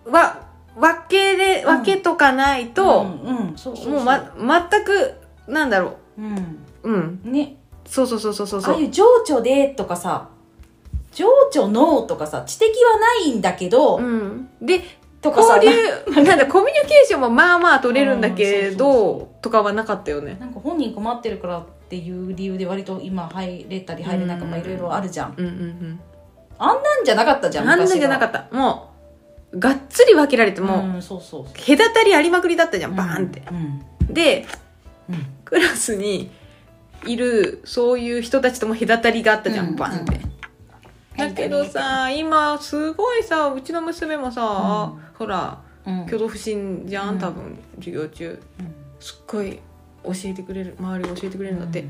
S2: わ、分けで、分けとかないと、
S1: うんうんそうそうそう
S2: もうま、全く、なんだろ
S1: うん
S2: う。うん。
S1: ね
S2: そうそうそうそうそう
S1: ああ
S2: そ。
S1: いうう情緒でとかさ情緒のとかさ知的はないんだけど、
S2: うん。で、
S1: とかさ
S2: 交 流、なんだ、コミュニケーションもまあまあ取れるんだ
S1: う
S2: け
S1: んそう
S2: ど、とかはなかったよね。
S1: なんか本人困ってるからっていう理由で割と今入れたり入れなく
S2: うん
S1: まあいろいろあるじゃん
S2: うんうんうん。
S1: あんなんじゃなかったじゃん
S2: なんだじゃなか
S1: っ
S2: った。もう、がっつり分けられて
S1: たもう
S2: も、
S1: んそうそうそう
S2: 隔たりありまくりだったじゃん、バーンって。
S1: うん
S2: で、
S1: うん
S2: クラスにいるそういう人たちとも隔たりがあったじゃん、
S1: うん
S2: バンって
S1: う。
S2: だけどさ今すごいさうちの娘もさ、
S1: うん
S2: ほら
S1: うん
S2: 挙動不審じゃ
S1: うんん
S2: 多分授業中
S1: うん
S2: すっごい教えてくれる周りが教えてくれるんだって、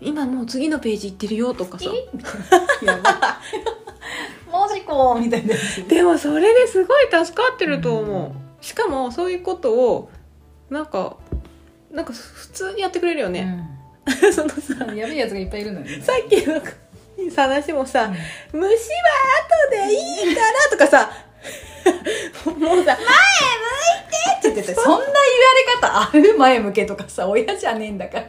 S2: 今もう次のページ行ってるよとかさ
S1: えみたいなやばいマジかみたいなやつ
S2: でもそれですごい助かってると思う、しかもそういうことをなんかなんか普通にやってくれるよね、 そのさ
S1: うんやべえやつがいっぱいいるのに
S2: さっきの話もさ、虫は後でいいからとかさ、 もうさ、
S1: って言っててそんな言われ方ある前向けとかさ親じゃねえんだから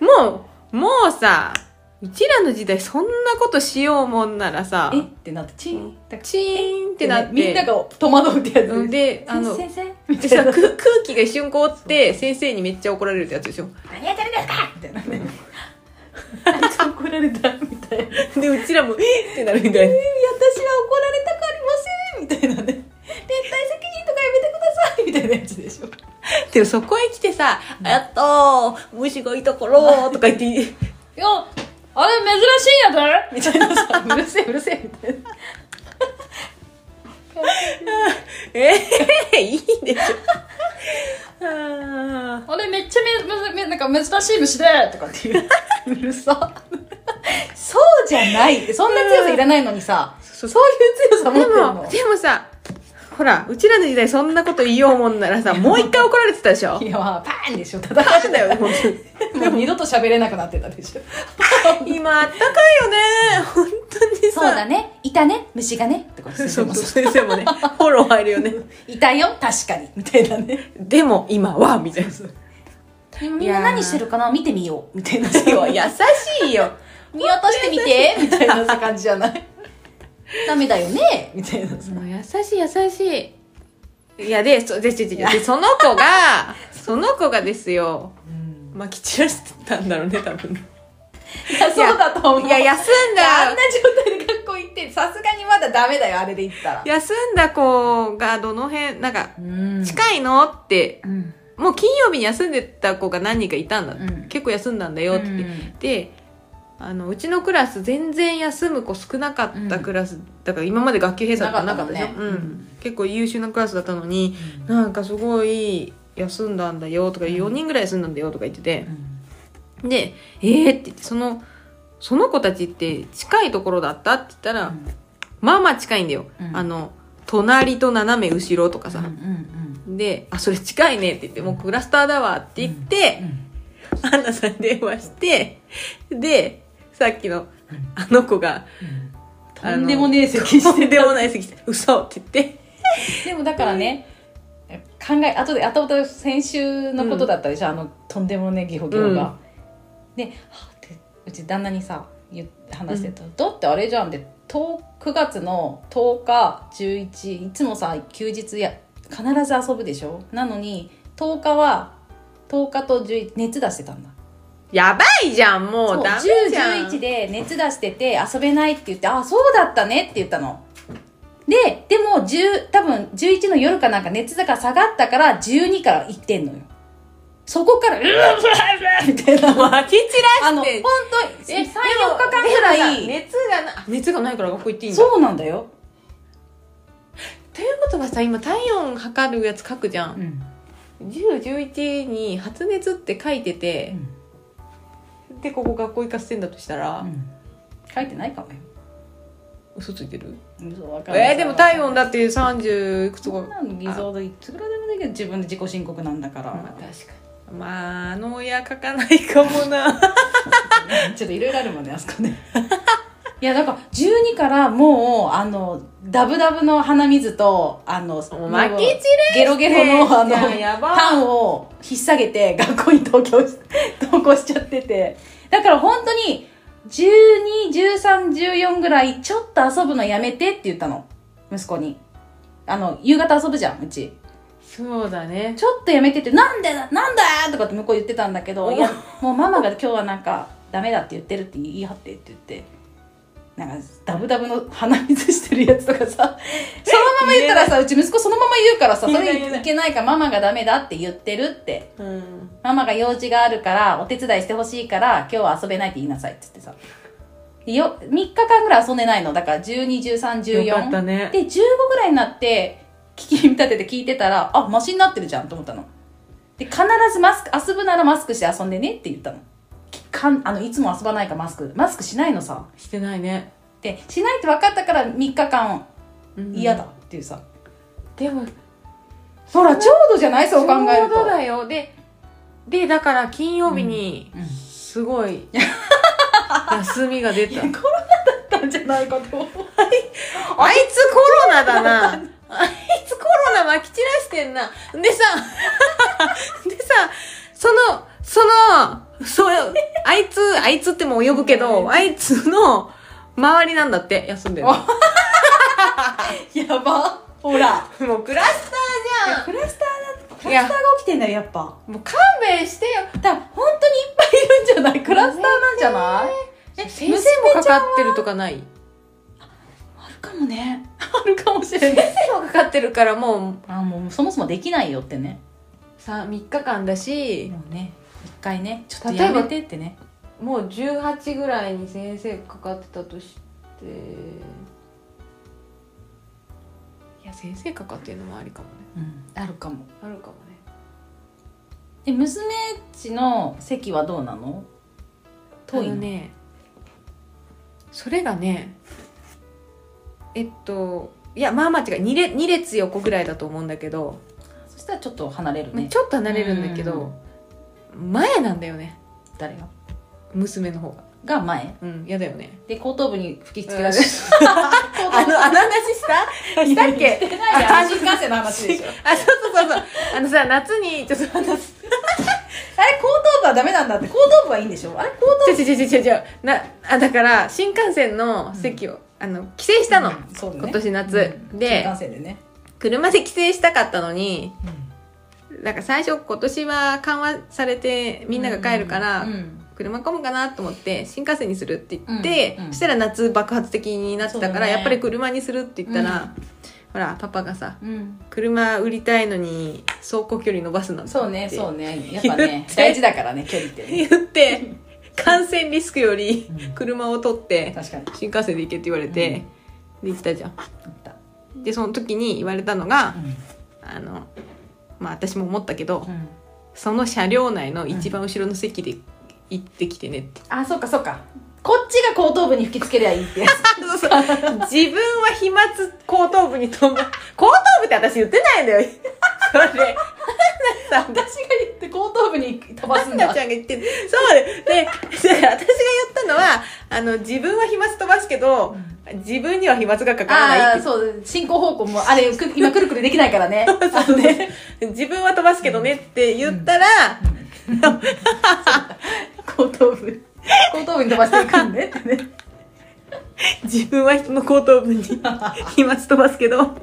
S2: もう、もうさ、うちらの時代そんなことしようもんならさ
S1: え、ってなってチーンだから
S2: チーンってなって、
S1: みんなが戸惑うってやつ
S2: うんで、あの、
S1: 先生み
S2: で
S1: た
S2: さ
S1: いな
S2: く空気が一瞬凍って先生にめっちゃ怒られるってやつでしょ
S1: 何やってるんですかみたいなね。あいつ怒られたみたいな。
S2: でうちらも「えっ!」ってなるみたい
S1: え
S2: な
S1: 私は怒られたくありませんみたいなね。絶対責任とかやめてくださいみたいなやつでしょ。
S2: でもそこへ来てさ「やっとー虫がいたから」とか言って
S1: いや、あれ珍しいやつみたいなさ、うるせえうるせえみたいな。
S2: 「ええいいでしょ」あー
S1: あれめっちゃめめめなんか珍しい虫でとかっていう。うるさ。そうじゃないって、そんな強さいらないのにさ、
S2: そ
S1: そうういう強さ持っ
S2: で
S1: てる
S2: も
S1: の。
S2: でもさほらうちらの時代そんなこと言おうもんならさもう一回怒られてたでしょ
S1: いや、まあパーンでしょ、叩か
S2: マ
S1: れ
S2: ジ
S1: て
S2: だ よもう
S1: もう二度と喋れなくなってたでしょ。
S2: 今あったかいよね本当に
S1: そ
S2: さ
S1: うだね。いたね。虫がね。とか
S2: そ
S1: 先
S2: う
S1: 生
S2: そう
S1: もさ
S2: 先生もねフォロー入るよね
S1: いたよ。確かに。みたいなね。
S2: でも今はみたいな
S1: みんな何してるかな見てみよう。みたいなさ。
S2: 今日優しいよ
S1: 見落としてみて。みたいなさ感じじゃ ない。ダメだよね。みたいなさ。
S2: もう優しい優しいいやでそででででその子がその子がですよまき散らしてたんだろうね多分
S1: いや、そうだと思う。
S2: いや休んだ
S1: あんな状態で学校行って、さすがにまだダメだよ。あれで行ったら。
S2: 休んだ子がどの辺なんか
S1: うん
S2: 近いのって
S1: うん。
S2: もう金曜日に休んでた子が何人かいたんだ、
S1: うん
S2: 結構休んだんだよって言って、であのうちのクラス全然休む子少なかったクラス、だから今まで学級閉鎖とかなかったでしょ、
S1: なかった
S2: う
S1: もんね
S2: ん、結構優秀なクラスだったのになんかすごい休んだんだよとか4人ぐらい休んだんだよとか言ってて、で「えー」って言ってそのその子たちって近いところだったって言ったら、まあまあ近いんだよ、
S1: うん
S2: あの隣と斜め後ろとか
S1: さ
S2: さ、で「あそれ近いね」って言って「もうクラスターだわ」って言って、アンナさんに電話してでさっきのあの子が「
S1: とんでもねえ席
S2: と
S1: し
S2: ん
S1: て
S2: でもない席して「嘘って言って
S1: でもだからね考え後で後々先週のことだったでしょ、あのとんでもねえギホギホが。ではぁってうち旦那にさ言話してた、だってあれじゃん」って10 9月の10日11いつもさ休日や必ず遊ぶでしょなのに10日は10日と11熱出してたんだ
S2: やばいじゃんも
S1: そうう
S2: ダメじゃん」
S1: 1011で熱出してて遊べないって言って「あそうだったね」って言ったのででも10多分11の夜かなんか熱が下がったから12から行ってんのよそこから「うわうわうわみたいな
S2: まき散
S1: あ
S2: ら
S1: の本
S2: して
S1: 当に34日間ぐら
S2: でもさ
S1: い
S2: 熱がな熱がないから学校行っていいんだ
S1: そうなんだよ、
S2: ということはさ今体温測るやつ書くじゃん
S1: ん
S2: 1011に発熱って書いてて、でここ学校行かせてんだとしたら、
S1: 書いてないかもよ
S2: 嘘ついてる
S1: 嘘わかんない
S2: えー、でも体温だって30いくつ
S1: そ
S2: か
S1: んなの偽造でいつぐらいでもできる自分で自己申告なんだから、
S2: まあ確かにまああの親書かないかもな
S1: ちょっといろいろあるもんねあそこね いやだから12からもうあのダブダブの鼻水とあの
S2: もう撒き散らして
S1: ゲロゲロのあの
S2: やば
S1: パンを引っ提げて学校に投稿し 投稿しちゃっててだから本当に121314ぐらいちょっと遊ぶのやめてって言ったの息子にあの夕方遊ぶじゃんうち
S2: そうだね
S1: ちょっとやめてって、なんでだ、なんだとかって向こう言ってたんだけど、
S2: お
S1: いや、もうママが今日はなんか、ダメだって言ってるって言い張ってって言って、なんか、ダブダブの鼻水してるやつとか さ、そのまま言ったらさ、うち息子そのまま言うからさ、そ
S2: 言えない言えな
S1: れ
S2: い
S1: いけないからママがダメだって言ってるって。
S2: うん
S1: ママが用事があるから、お手伝いしてほしいから、今日は遊べないって言いなさいって言ってさ。でよ3日間ぐらい遊んでないの。だから、12、13、14。
S2: よかったね
S1: で、15ぐらいになって、聞き見立てて聞いてたら、あ、マシになってるじゃんと思ったの。で、必ずマスク、遊ぶならマスクして遊んでねって言ったの。きかんあの、いつも遊ばないからマスク。マスクしないのさ。
S2: してないね
S1: で、しないって分かったから3日間
S2: うん
S1: 嫌だっていうさ。
S2: でも
S1: ほら、ちょうどじゃないそう考える
S2: ちょうど
S1: と。
S2: だよででだから金曜日に
S1: うんうん
S2: すごい休みが出
S1: コ
S2: た、
S1: ロナだったんじゃないかと思う。
S2: あいつコロナだな。あいつコロナまき散らしてんな。でさ、 でさ、その、その、そう、あいつ、あいつってもう呼ぶけど、あいつの周りなんだって、休んでる。も
S1: やば。ほら。
S2: うクラスターじ
S1: クラスターだク
S2: いや
S1: ラスターが起きてんだよやっぱ
S2: ゃん。もう勘弁してよ。
S1: だから本当にいっぱいいるんじゃないクラスターなんじゃないえ
S2: 先生もかかってるとかない
S1: あるかもね あるかもしれない
S2: 先生もかかってるからもう
S1: あもうそもそもできないよってね
S2: さ、3日間だし、
S1: もうね一回ねちょっとやめてってね
S2: もう18ぐらいに先生かかってたとしていや先生かかってるのもありかもね
S1: うんあるかも
S2: あるかもね
S1: え娘っちの席はどうなの遠い
S2: あ
S1: の
S2: のねそれがねえっといやまあまあ違う 2, 列2列横ぐらいだと思うんだけど、
S1: そしたらちょっと離れる
S2: まあ
S1: ね
S2: ちょっと離れるんだけど前なんだよね
S1: 誰が
S2: 娘の方が
S1: が前
S2: うん嫌だよね
S1: で後頭部に吹きつけられる
S2: うん あのあの話したしたっけ
S1: してないやん新幹線の話でしょ
S2: あ、そうそうそうそう。あのさ、夏に、ちょっと話す。
S1: あれ後頭部はダメなんだって後頭部はいいんでしょあれ後頭
S2: ちょちょちょちょちょちょ。な、あ、だから、新幹線の席を、あの、帰省したの。
S1: うんそうだね
S2: 今年夏
S1: うん
S2: で
S1: 新幹線でね、
S2: 車で帰省したかったのに、なんか最初、今年は緩和されて、みんなが帰るから、
S1: うん
S2: 車混むかなと思って新幹線にするって言って、
S1: うんうん
S2: そしたら夏爆発的になって
S1: そ
S2: た
S1: う
S2: か
S1: だ
S2: ら、
S1: ね
S2: やっぱり車にするって言ったら、ほらパパがさ
S1: うん
S2: 車売りたいのに走行距離伸ばすなんて
S1: そうねそうねやっぱ
S2: 言っ
S1: ね
S2: て
S1: 大事だからね距離ってね
S2: 言って感染リスクより
S1: うん
S2: 車を取って
S1: 確かに
S2: 新幹線で行けって言われて、で行ったじゃん
S1: 言った
S2: でその時に言われたのが、
S1: うん
S2: あのまあ私も思ったけど、
S1: うん
S2: その車両内の一番後ろの席で行ってきてねって、
S1: あそっかそっかこっちが後頭部に吹きつけりゃいいってやつ
S2: そうそう自分は飛沫後頭部に飛ぶ後頭部って私言ってないんだよそ れ花さん が
S1: 私が言って後頭部に飛ばすん
S2: 花
S1: だ
S2: ちゃんが言ってるそうでで私が言ったのはあの自分は飛沫飛ばすけど自分には飛沫がかからない
S1: あ
S2: って
S1: あそう進行方向もあれく今くるくるできないからね
S2: そうね、自分は飛ばすけどねって言ったら、
S1: 後頭部後頭部に飛ばしていくんでってね
S2: 自分は人の後頭部に 飛沫飛ばすけど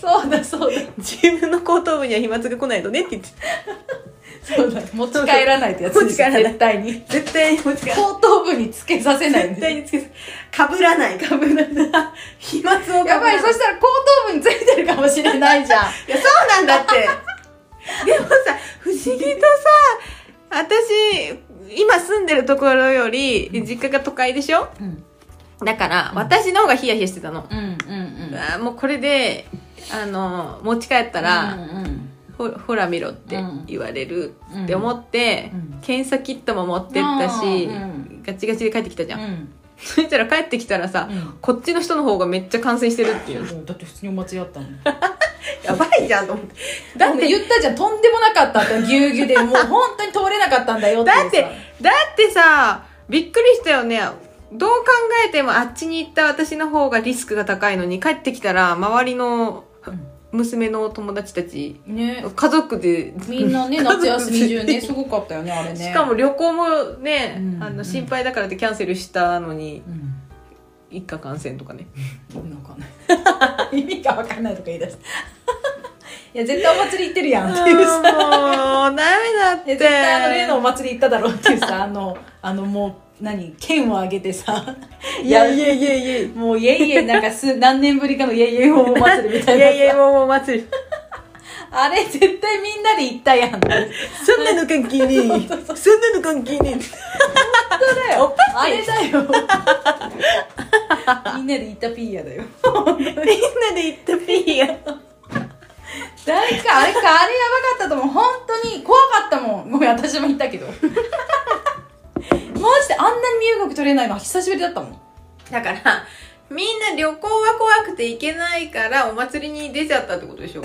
S1: そうだそうだ
S2: 自分の後頭部には飛沫が来ないとねって言って
S1: そうだ持ち帰らないってやつ
S2: 持ち帰らない
S1: 絶対に
S2: 絶対に持ち帰らない
S1: 後頭部につけさせない
S2: 絶対につけかぶらないかぶらない 飛沫をかぶらない
S1: やばいそしたら後頭部についてるかもしれないじゃん
S2: いやそうなんだって でもさ不思議とさ私今住んでるところより実家が都会でしょ
S1: うん
S2: だから私の方がヒヤヒヤしてたの、
S1: うんうん
S2: うわーもうこれであの持ち帰ったら、
S1: うん
S2: ほほら見ろって言われるって思って、
S1: うんうん
S2: 検査キットも持ってったし、
S1: あーう
S2: ガチガチで帰ってきたじゃん、
S1: ん
S2: そしたら帰ってきたらさ、
S1: うん
S2: こっちの人の方がめっちゃ感染してるっていう
S1: だって普通にお間違ったの
S2: やばいじゃんと思ってだ
S1: だ
S2: っ
S1: って
S2: て
S1: 言ったじゃんとんでもなかったってぎゅうぎゅうでもう本当に通れなかったんだよっていうさ
S2: だってだってさびっくりしたよねどう考えてもあっちに行った私の方がリスクが高いのに帰ってきたら周りの娘の友達たち
S1: ね
S2: 家族で
S1: みんなね
S2: 家族
S1: 夏
S2: で
S1: 休み中ねすごかったよねあれね
S2: しかも旅行もね、
S1: うん
S2: あの心配だからってキャンセルしたのに
S1: うん
S2: 一家感染とかね
S1: なんかね 意味が分かんないとか言い 出したいや絶対お祭り行ってるやん っていうさ
S2: もうダメだっ
S1: いや
S2: て
S1: 絶対あの例のお祭り行っただろうっていう さあのあのもう何剣をあげてさ
S2: いやいやいやいやい
S1: もうイエイイエイなんかす何年ぶりかのイエイイエイお祭りみたいなさ
S2: やいやもうもう祭り
S1: あれ絶対みんなで行ったやんって
S2: そんなの関係ねえそんなの関係ね
S1: だよあれだよみんなで行ったピーヤだよ
S2: えみんなで行ったピーや
S1: 誰かあれかあれやばかったと思う本当に怖かったもんごめん私も言ったけどマジであんなに身動き取れないの久しぶりだったもん
S2: だからみんな旅行が怖くて行けないからお祭りに出ちゃったってことでしょ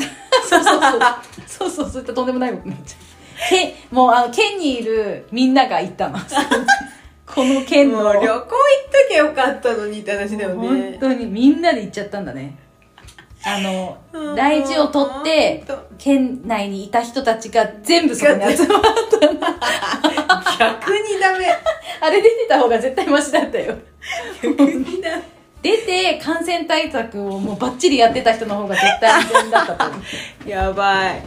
S1: そうそうそう。そうそう、そういったとんでもないことになっちゃう。けもう、あの、県にいるみんなが行ったの。この県
S2: も
S1: の。
S2: う旅行行っときゃよかったのにって話だよ
S1: 本
S2: ね
S1: 当にみんなで行っちゃったんだね。あの、大事を取って
S2: ほんと、
S1: 県内にいた人たちが全部そこに集まっ
S2: 逆にダメ
S1: あれ出てた方が絶対マシだったよ。
S2: 逆にダメ
S1: 出て、感染対策をもうバッチリやってた人の方が絶対安全だったと思。
S2: やばい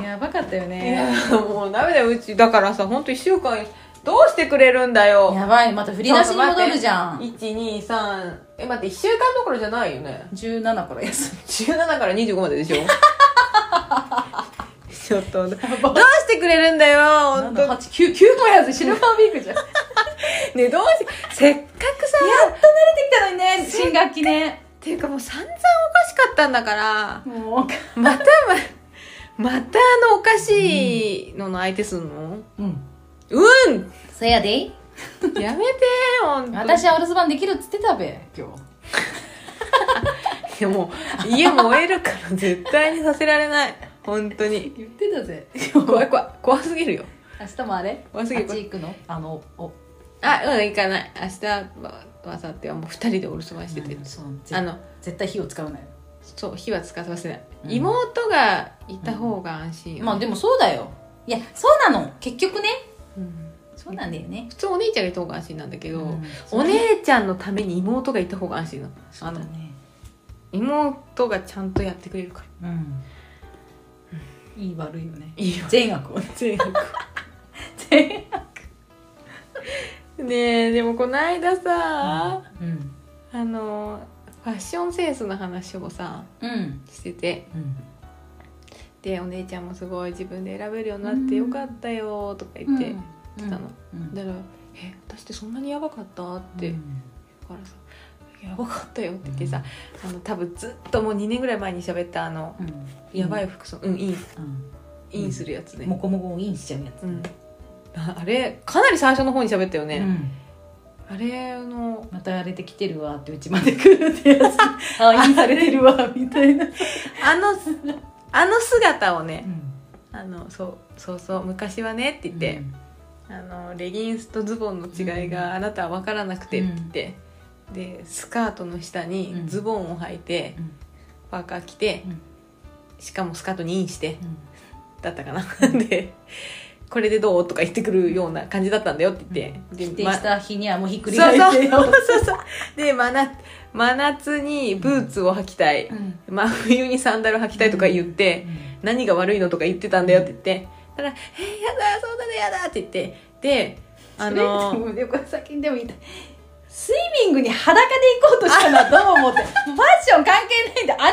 S1: やばかったよ
S2: いや
S1: ね。
S2: もうダメだようちだからさほんと1週間どうしてくれるんだよ
S1: やばい、また振り出しに戻るじゃん。
S2: 123え待って1週間どころじゃないよね
S1: 17から休む。
S2: 17から25まで でしょちょっとどうしてくれるんだよ
S1: 7、
S2: 本当
S1: 8、9、9個やず、シルバーウィークじゃん。
S2: ねどうしせっかくさ
S1: やっと慣れてきたのにね、新学期ね。
S2: っていうかもう散々おかしかったんだから
S1: も
S2: またままたあのおかしいのの相手すんの
S1: う。うん。
S2: うん
S1: そやで
S2: やめてほんと
S1: 私はお留守番できるっつってたべ、今日。
S2: でも家燃えるから絶対にさせられない本当に
S1: 言ってたぜ。
S2: 怖い怖い怖すぎるよ
S1: 明日もあれ
S2: 怖す
S1: あ
S2: ぎ
S1: っ
S2: る
S1: ち行くのあの、お。
S2: あうん行かない明日は明後日はもう二人でお留守番してて
S1: そう
S2: あ
S1: あの
S2: の
S1: 絶対火を使わない。
S2: そう火は使わせない、
S1: うん
S2: 妹がいた方が安心よ、
S1: まあでもそうだよ。いや、そうなの。結局ね。
S2: うん
S1: そうなんだよね。
S2: 普通お姉ちゃんがいた方が安心なんだけど、
S1: うん
S2: お姉ちゃんのために妹がいた方が安心なの
S1: そ
S2: あ
S1: うだ
S2: の
S1: ね。
S2: 妹がちゃんとやってくれるから
S1: うん。いい悪いよね。
S2: いいよ
S1: 善悪をね。
S2: 全国
S1: 善悪。
S2: ねえでもこの間さ、
S1: うん。
S2: あのファッションセンスの話をさ
S1: うん。
S2: してて
S1: うん。
S2: でお姉ちゃんもすごい自分で選べるようになってよかったよとか言って、
S1: うん
S2: 言ってたの、
S1: うん
S2: だから「え私ってそんなにやばかった?」って、だからさ「やばかったよ」って言ってさ、あの多分ずっともう2年ぐらい前に喋ったあの
S1: うん
S2: やばい服装うんイン
S1: うん
S2: インするやつ
S1: も
S2: ね、
S1: こもこをインしちゃうやつ
S2: うんああれかなり最初の方に喋ったよ
S1: う
S2: ね、
S1: ん
S2: あれの
S1: またやれてきてるわってうちまで来るってやつあインされてるわみたいな、
S2: あのあの姿を
S1: う
S2: ね
S1: ん、
S2: あのそうそうそう昔はねって言って、あのレギンスとズボンの違いがあなたは分からなくてって言って、でスカートの下にズボンを履いて、
S1: うん
S2: パーカー着て、
S1: うん
S2: しかもスカートにインして
S1: うん
S2: だったかな で「これでどう?」とか言ってくるような感じだったんだよって言って、で
S1: 指定
S2: ま
S1: した日にはもうひっく
S2: そう
S1: り返っ
S2: そう
S1: てよ
S2: そうそうそうで真夏真夏にブーツを履きたい、
S1: うん
S2: 真冬にサンダル履きたいとか言って、何が悪いのとか言ってたんだよって言ってたら「えー、やだそんなのやだ」って言ってであ
S1: あ
S2: の
S1: のこれ先にでも言いたいスイミングに裸で行こうとしたなどう思ってファッション関係ないんであれは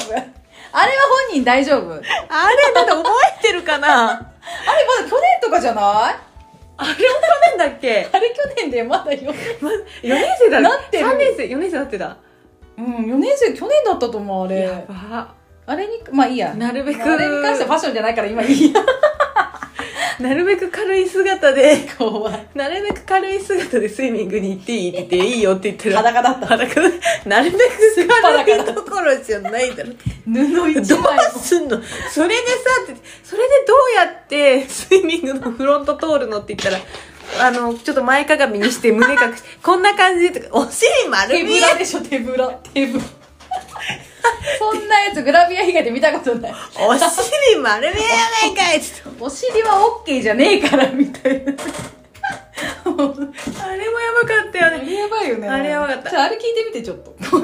S1: 大丈夫あれは本人大丈夫あれ
S2: あれだって覚えてるかな
S1: まだ去年とかじゃない
S2: あれも去年だっけ
S1: あれ去年でまだよ
S2: 4年生だ
S1: なってる
S2: 3年生4年生なってた
S1: うん4年生去年だったと思うあ
S2: や
S1: れ
S2: ば
S1: あれにまあいいや
S2: なるべく
S1: あれに関してはファッションじゃないから今い いや
S2: なるべく軽い姿で
S1: 怖い
S2: なるべく軽い姿でスイミングに行っていいって言っていいよって言ったら
S1: 裸だった
S2: 裸なるべく軽いところじゃないだろ
S1: 布
S2: ど
S1: 一枚
S2: うすんのそれでさってそれでどうやってスイミングのフロント通るのって言ったらあのちょっと前かがみにして胸隠してこんな感じでとかお尻丸
S1: 手
S2: 見
S1: ぶ
S2: え
S1: らでしょ手ぶら手ぶらそんなやつグラビア以外で見たことない
S2: お尻丸見えやないかいっつって
S1: お尻はオッケーじゃねえからみたいな
S2: あれもやばかったよね
S1: れやばいよね
S2: あれやばかった
S1: じゃああれ聞いてみてちょっ とあ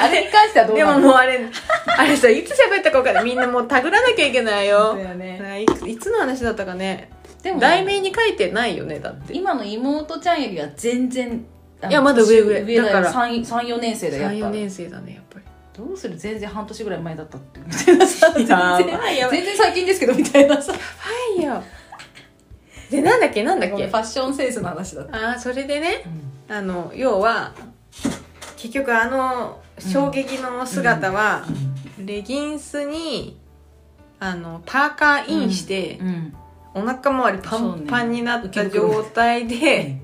S2: あ
S1: れに
S2: れ
S1: 関してはどう
S2: で
S1: な
S2: も
S1: の
S2: もうあれあれさいつ喋ったか分かんないみんなもうたぐらなきゃいけないよ
S1: だよね
S2: あいくいつの話だったかね
S1: でも
S2: 題名に書いてないよねだって
S1: 今の妹ちゃんよりは全然あの
S2: いやまだ上上
S1: 上だ
S2: だか
S1: からら34年生だよや
S2: 34
S1: っ
S2: 年生だねやっぱり
S1: ぱどうする全然半年ぐらい前だったってみたいなさ全
S2: やばい
S1: 然
S2: やばい
S1: 全然最近ですけどみたいなさ
S2: はいよでなんだっけなんだっ
S1: ごめ
S2: け
S1: んファッションセンスの話だった
S2: ああそれでねあの要は結局あの衝撃の姿は、レギンスにあのパーカーインして、
S1: うん
S2: お腹周りパンパンになった状態で、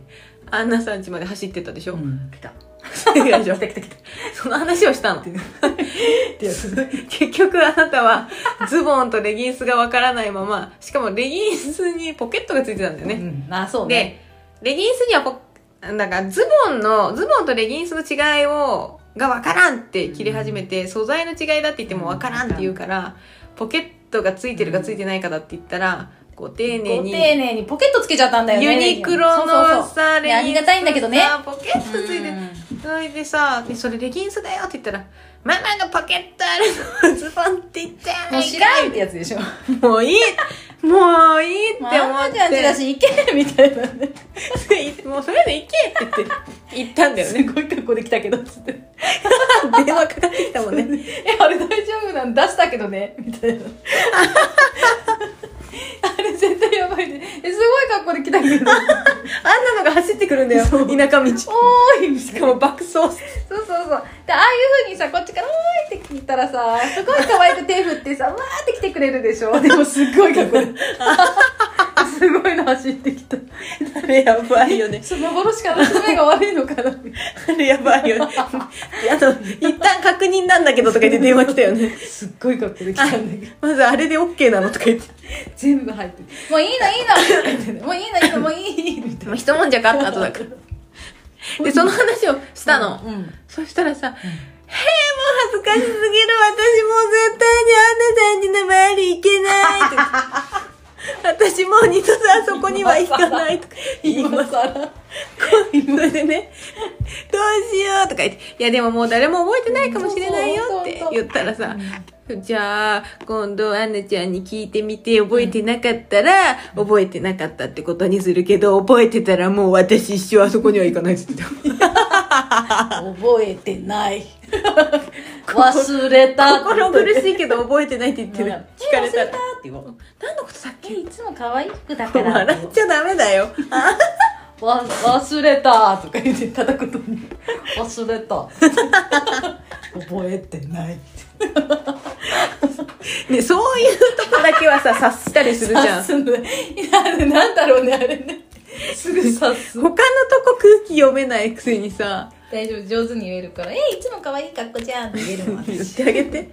S2: アンナさん家まで走ってったで しょ、
S1: うん来た
S2: でしょ
S1: 来た来た来た
S2: その話をしたの
S1: やつ
S2: 結局あなたはズボンとレギンスがわからないまましかもレギンスにポケットがついてたんだよね、
S1: うんあそうね
S2: で、レギンスにはこ、なんかズボンの、ズボンとレギンスの違いを、がわからんって切り始めて、素材の違いだって言ってもわからんって言うから、ポケットがついてるかついてないかだって言ったら、ご丁寧
S1: ご丁
S2: に。
S1: 寧にポケットつけちゃったんだよ
S2: ユ
S1: ね
S2: ニクロの
S1: そうそう
S2: さ、
S1: ねありがたいんだけどね
S2: さポケットついて、
S1: う
S2: それでさ、でそれレギンスだよって言ったら、ママのポケットあるのズボンって言ったや
S1: んもう
S2: ない
S1: 知
S2: から
S1: んってやつでしょ
S2: もういい、もういいって思っ
S1: マ
S2: て。
S1: マちゃんちだし行けみたいなね
S2: でもうそれで行けって言って行ったんだよ
S1: す
S2: ね
S1: ごい格好できたけどつって
S2: 電話かかってきたもんね
S1: えあれ大丈夫なの出したけどね みたいなあれ絶対やばいねえすごい格好できたけ ど
S2: あんなのが走ってくるんだよ田舎道し
S1: おーいし
S2: かも爆走して
S1: そうそうそうでああいう風にさこっちから「おーい」って聞いたらさすごい可愛く手振ってさわーって来てくれるでし ょでもすっごい格好 ですごいの走ってきた
S2: あれやばいよね
S1: その頃しか私目が悪いのかなみたいな
S2: あれやばいよね あと一旦確認なんだけどとか言って電話来たよね
S1: すっごい格好できたんだけど
S2: まずあれで OK なのとか言って
S1: 全部入ってるもういいのいい のもういいのいいのもういいみたい
S2: もう一悶着あった後だ からでその話をした
S1: な
S2: の、
S1: うん
S2: そしたらさ「へえもう恥ずかしすぎる私もう絶対にあんなさんにの周り行けない」って 言って私もう二度とあそこには行かない」とか言います
S1: 今更
S2: それでね「どうしよう」とか言って「いやでももう誰も覚えてないかもしれないよ」って言ったらさ「じゃあ今度アンナちゃんに聞いてみて覚えてなかったら覚えてなかったってことにするけど覚えてたらもう私一 生あそこには行かない」って言ってた
S1: 覚えてない 忘れた
S2: 心苦しいけど覚えてないって言ってる
S1: うん
S2: 聞かれ
S1: え忘
S2: た
S1: れ
S2: ら
S1: たって言おう
S2: 何のことさっ
S1: え
S2: き
S1: いつも可愛くだから
S2: 笑っちゃダメだよ
S1: わ忘れたとか言ってただくとに忘れた覚えてないって
S2: ねそういうとこだけはさ 察したりするじゃん
S1: 察すのいやあれなんだろうねあれねすぐ察す
S2: 他のとこ空気読めないくせにさ
S1: 大丈夫上手に言えるから「えいつも可愛い格好じゃん」って言えるもん
S2: 言っ
S1: 私
S2: てあげて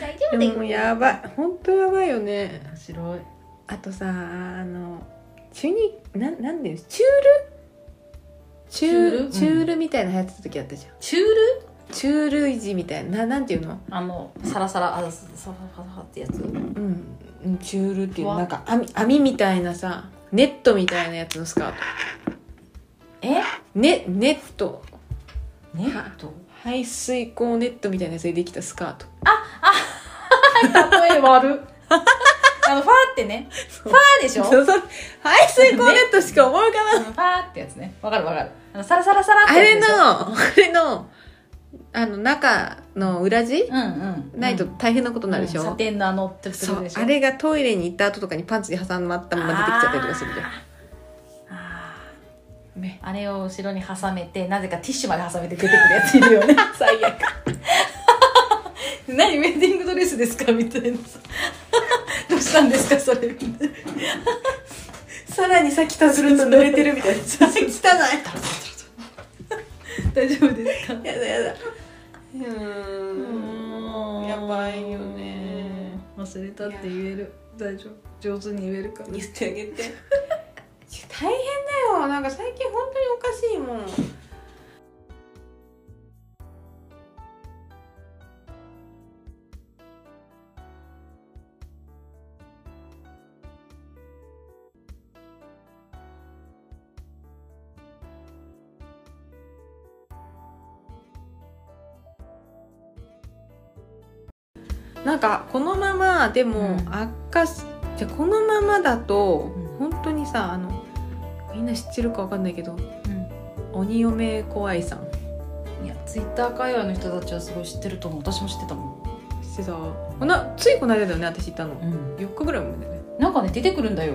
S1: 大丈夫だ
S2: で
S1: よ
S2: もやばい本当やばいよね
S1: 面白い
S2: あとさあのチュニなんなんでチュールチュール
S1: チ
S2: チ
S1: ュール
S2: ュールみたいな流行ってた時あったじゃん
S1: チュール
S2: チュール維持みたいなななんていうの
S1: あのサラサラあサラサラってやつ
S2: うんうんチュールっていう
S1: わ
S2: なんか網網みたいなさネットみたいなやつのスカート
S1: え
S2: ねネット
S1: ネット
S2: 排水口ネットみたいなやつでできたスカート
S1: 例え悪 あのファーってねファーでしょ
S2: そうそう排水口ネットしか思い浮かばない
S1: あのファーってやつねわかるわかるあのサラサラサラっ
S2: あ
S1: てやつ
S2: れ
S1: で
S2: の
S1: しょ
S2: あれのあの中の裏地
S1: うんうん
S2: ないと大変なことになるでしょ、
S1: うんサテンのあのってす
S2: そ
S1: る
S2: う
S1: でしょ
S2: あれがトイレに行った後とかにパンチで挟まったまま出てきちゃったりとかするじゃ
S1: あー
S2: んね
S1: あれを後ろに挟めてなぜかティッシュまで挟めて出てくるやついるよね 最悪何ウェディングドレスですかみたいな さどうしたんですかそれ みたいな
S2: さらにさっきとすると濡れてるみたいな 汚い
S1: 大丈夫ですか
S2: やだやだうーんやばいよね
S1: 忘れたって言える大丈夫上手に言えるから
S2: 言ってあげて大変だよなんか最近本当におかしいもんなんかこのままでも
S1: うん
S2: 悪化し、じゃあこのままだと
S1: う
S2: 本当にさあのみんな知ってるかわかんないけど
S1: う
S2: 鬼嫁怖いさん
S1: んいやツイッター界隈の人たちはすごい知ってると思う私も知ってたも
S2: してさこのついこの間だよね私行ったの
S1: ん、
S2: 4日ぐらい前だよね
S1: なんかね出てくるんだよ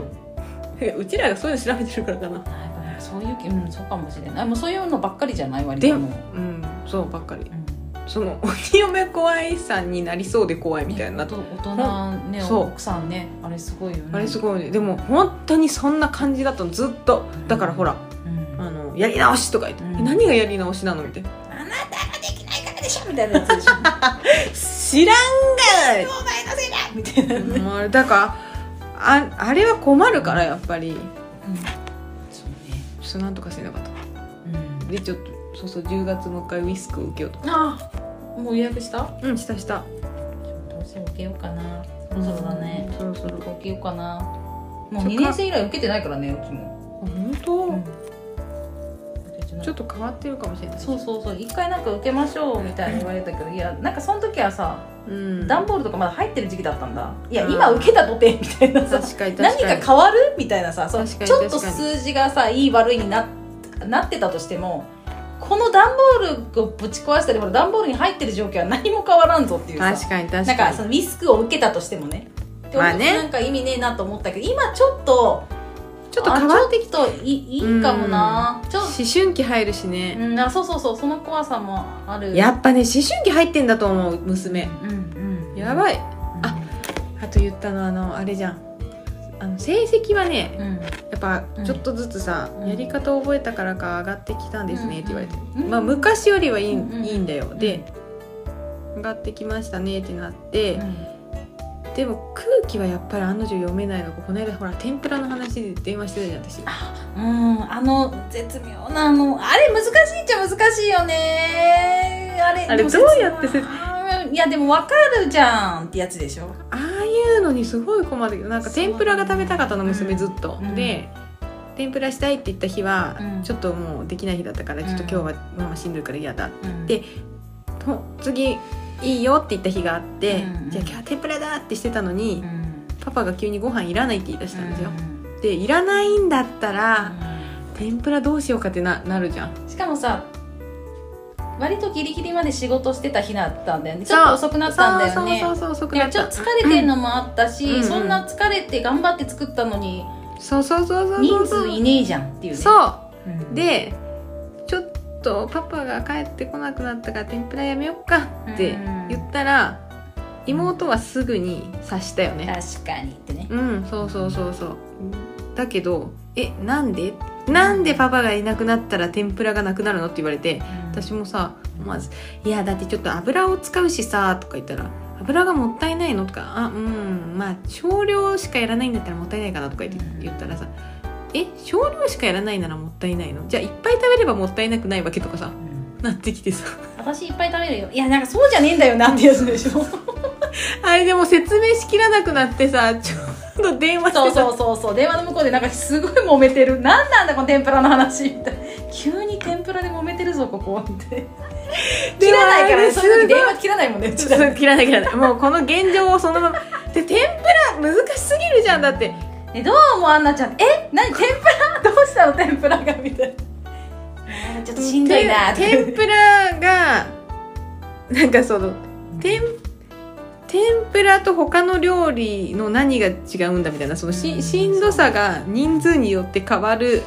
S2: え うちらがそういうの調べてるからかな
S1: なんかねそういう気うんそうかもしれないもうそういうのばっかりじゃない割
S2: で
S1: と
S2: も
S1: も
S2: うんそうばっかり
S1: う、うん
S2: その鬼嫁怖いさんになりそうで怖いみたいになって
S1: ね大人ね
S2: そう
S1: 奥さんねあれすごいよね
S2: あれす
S1: い、
S2: ごいねでも本当にそんな感じだったのずっとだからほら
S1: うん
S2: あのやり直しとか言って、
S1: うん
S2: え何がやり直しなのみたいな
S1: あなたができないからでしょみたいなやつでし ょ
S2: 知らん
S1: お前のせいだみたいな
S2: がいもうあれだからああれは困るからやっぱり
S1: そうね
S2: ちょっとなんとかしなかった
S1: うん
S2: でちょっとそうそう10月もう一回ウイスク受けようと
S1: ああもう予約した
S2: うんしたした
S1: どうせ受けようかなそうだね
S2: そろそろ
S1: 受けようかなもう
S2: そっか
S1: 2年生以来受けてないからねうちも、
S2: 本当、ちょっ
S1: と
S2: と変わってるかもしれない
S1: そうそうそう一回なんか受けましょうみたいに言われたけどいやなんかその時はさ
S2: うん
S1: 段ボールとかまだ入ってる時期だったんだいや
S2: うん
S1: 今受けたとてみたいなさ
S2: 確かに確か
S1: 何
S2: に
S1: か変わるみたいなさそう
S2: 確かに
S1: ちょっと
S2: 確かに
S1: 数字がさいい悪いにななってたとしてもこの段ボールをぶち壊したりほら段ボールに入ってる状況は何も変わらんぞっていうさ
S2: 確かに確か
S1: な
S2: に
S1: んかそのリスクを受けたとしてもねで
S2: まあね
S1: なんか意味ねえなと思ったけど今ちょっと
S2: ちょっと変わって
S1: きたいいいかもなちょっ
S2: 思春期入るしね、
S1: うんあそうそうそうその怖さもある
S2: やっぱね思春期入ってんだと思う娘
S1: うんうん
S2: やば
S1: い
S2: いああと言ったのあのあれじゃんあの成績はね
S1: うん
S2: やっぱ
S1: うん
S2: ちょっとずつさ、
S1: うん
S2: やり方覚えたからか上がってきたんですねって言われて、
S1: うん
S2: まあ昔よりはいい,、
S1: うんうん
S2: いいんだよで上がってきましたねってなって、
S1: うん
S2: でも空気はやっぱり案の定読めないのこの間ほら天ぷらの話で電話してたじゃん私
S1: うんあの絶妙なあのあれ難しいっちゃ難しいよねあれ
S2: あれ
S1: で
S2: ど
S1: も
S2: うやって
S1: 切
S2: せ
S1: なうんいやでも分かるじゃんってやつでしょ
S2: ああいうのにすごい困るけどなんか天ぷらが食べたかったの娘ずっと、
S1: うん
S2: で天ぷらしたいって言った日は、
S1: うん
S2: ちょっともうできない日だったから、ちょっと今日はママしんどいから嫌だ
S1: で
S2: でと次いいよって言った日があって、
S1: うん
S2: じゃあ今日は天ぷらだってしてたのに、
S1: ん
S2: パパが急にご飯いらないって言い出したんですよ、
S1: うん
S2: でいらないんだったら、
S1: うん
S2: 天ぷらどうしようかってななるじゃん
S1: しかもさ割とギリギリまで仕事してた日だったんだよねち
S2: そう
S1: ょっと遅くなったんだよね
S2: そうそうそうそう遅く
S1: で
S2: なっ
S1: ちょ
S2: た
S1: っと疲れてるのもあったし、
S2: うん
S1: そんな疲れて頑張って作ったのに
S2: そうそうそうそう
S1: 人数いねえじゃんっていうね
S2: そ
S1: うん
S2: うでちょっとパパが帰ってこなくなったから天ぷらやめよっかって言ったら、妹はすぐに察したよね
S1: 確かにってね
S2: うんそうそうそうそうだけどえなんでなんでパパがいなくなったら天ぷらがなくなるのって言われて私もさ思わず「いやだってちょっと油を使うしさ」とか言ったら「油がもったいないの?」とか「あうんまあ少量しかやらないんだったらもったいないかな」とか言って
S1: うん
S2: 言ったらさ「え少量しかやらないならもったいないのじゃあいっぱい食べればもったいなくないわけ」とかさ
S1: うん
S2: なってきてさ
S1: 私いっぱい食べるよいやなんかそうじゃねえんだよなってやつで しょ
S2: あれでも説明しきらなくなってさちょうど電話してさ
S1: そうそうそうそう電話の向こうでなんかすごい揉めてる何なんだこの天ぷらの話みたいな急に天ぷらで揉めてるぞここって切らないからねそういう時電話切らないもんねうちら
S2: そう切らない切らないもうこの現状をそのままで天ぷら難しすぎるじゃんだって
S1: えどうもアンナちゃんえ何天ぷら どうしたの天ぷらがみたいなあーちょっとしんどいな
S2: て天ぷらがなんかその天天ぷらと他の料理の何が違うんだみたいなその
S1: うん
S2: ししんどさが人数によって変わる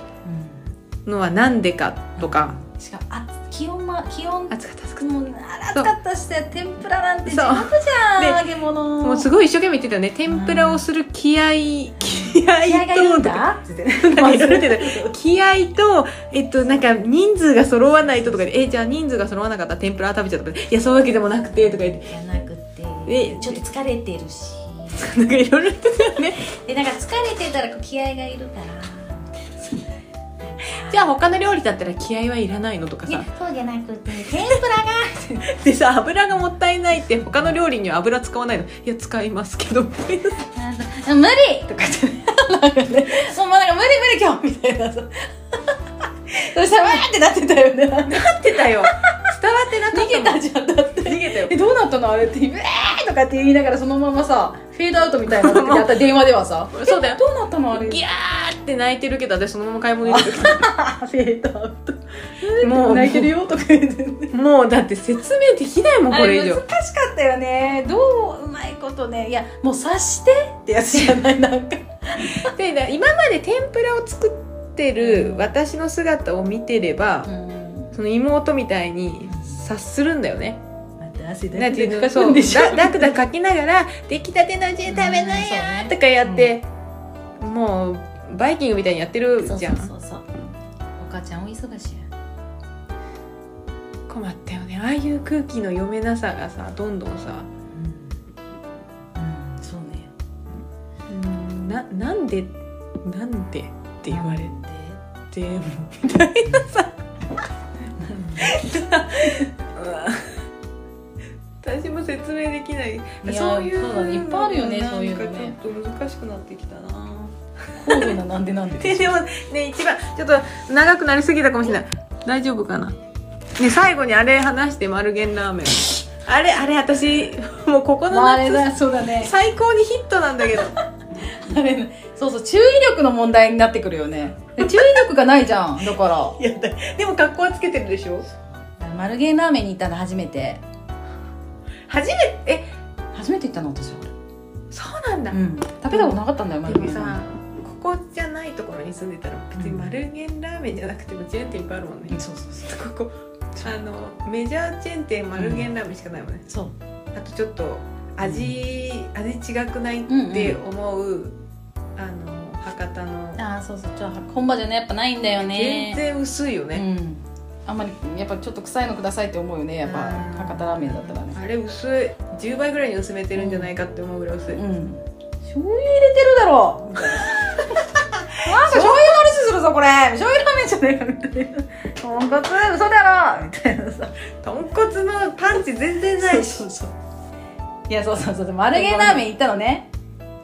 S2: のは何でかとか
S1: うんしかもあ気温も気温
S2: 暑かった暑かっ
S1: もう暑かったし天ぷらなんて地
S2: そう
S1: 獄じゃん揚げ
S2: た
S1: 物
S2: もうすごい一生懸命言ってたよね天ぷらをする気合い気合
S1: 気合がいる
S2: と
S1: んだって言って
S2: なんかいろいろ言ってた気合と、えっと、なんか人数が揃わないととかで、え、じゃあ人数が揃わなかったら天ぷら食べちゃうとかで、いや、そういうわけでもなくて、とか言って、
S1: じゃなくて
S2: え
S1: ちょっと疲れてる し
S2: なんかいろいろ言ってたよね。
S1: でなんか疲れてたらこう気合がいるから
S2: じゃあ他の料理だったら気合はいらないのとか
S1: いや
S2: さ。
S1: そうじゃなくて天ぷらが
S2: でさ、油がもったいないって他の料理には油使わないの。いや、使いますけど。みたいな
S1: なんだ 無理とかってなんかねもうなんか無理無理今日みたい なさそしたらわーってなってたよねなん か
S2: なってたよ。伝わってなか
S1: 逃げたじゃんだって
S2: 逃げ たよ
S1: えどうなったのあれって「うえー!」とかって言いながらそのままさフェードアウトみたいな時にあった電話ではさ
S2: そうだよ
S1: えどうなったのあれ
S2: ギャーって泣いてるけど、私そのまま買い物行ってるけ
S1: あフェードアウト
S2: ど。もう、
S1: 泣いてるよとか言ってね
S2: もうだって説明できないもん、
S1: あ
S2: これ以
S1: れ
S2: 上
S1: 難。しかったよねどううまいことねいやもう察してってやつじゃないなんか
S2: でだ今まで天ぷらを作ってる私の姿を見てれば、その妹みたいに察するんだよね。
S1: また汗だ
S2: な
S1: け
S2: んてい
S1: で
S2: う
S1: か
S2: の
S1: か
S2: そ
S1: る
S2: うん
S1: でしょ
S2: だダクダク書きながら「出来たてのうち食べないよ
S1: うんそうね」
S2: とかやって、もうバイキングみたいにやってる
S1: そう
S2: じ
S1: そ
S2: ゃ
S1: うんそうそうお母ちゃんお忙しい
S2: 困ったよねああいう空気の読めなさがさどんどんさ
S1: うん、うん、そうね
S2: うんななんでなんでって言われても私も説明できない
S1: や
S2: そういう
S1: そうだねいっぱいあるよね
S2: のが
S1: そういうのね
S2: なんかちょっと難しくなってきたな
S1: 高度ななんでなん
S2: ででもね一番ちょっと長くなりすぎたかもしれない大丈夫かなね最後にあれ話して丸源ラーメンあれあれ私もうここの
S1: まあ、あれ
S2: 夏
S1: だそうだね
S2: 最高にヒットなんだけど
S1: あれねそうそう注意力の問題になってくるよねで注意力がないじ ゃんだか
S2: いやだでも格好はつけてるでしょ
S1: ら丸源ラーメンに行ったの初めて
S2: 初めてえ
S1: 初めて行ったの私はこ
S2: そうなんだ、
S1: れ、うん、食べたことなかったんだよ丸
S2: でも
S1: 源ラー
S2: さ
S1: メ
S2: ここじゃないところに住んでたら別に丸源ラーメンじゃなくてもチェーン店いっぱいあるもんね、
S1: ンうんそうそうそう
S2: ここあのメジャーチェーン店丸源ラーメンしかないもんね、
S1: そう
S2: あとちょっと味、味違くないっ
S1: うん
S2: て
S1: う
S2: 思う、あの博多の
S1: ああそうそうじゃあ本場じゃねやっぱないんだよ
S2: 全然薄いよね、
S1: うんあんまりやっぱちょっと臭いのくださいって思うよねやっぱ
S2: うん
S1: 博多ラーメンだったらね
S2: あれ薄い10倍ぐらいに薄めてるんじゃないかって思うぐらい薄い、
S1: うん醤油入れてるだ ろみたいななんか醤油の話するぞこれ醤油ラーメンじゃねえかみ たいなとんかつ嘘だろみたいなさ
S2: 豚骨のパンチ全然ないし
S1: うそういやそうそうそうでも丸源ラーメン行ったのね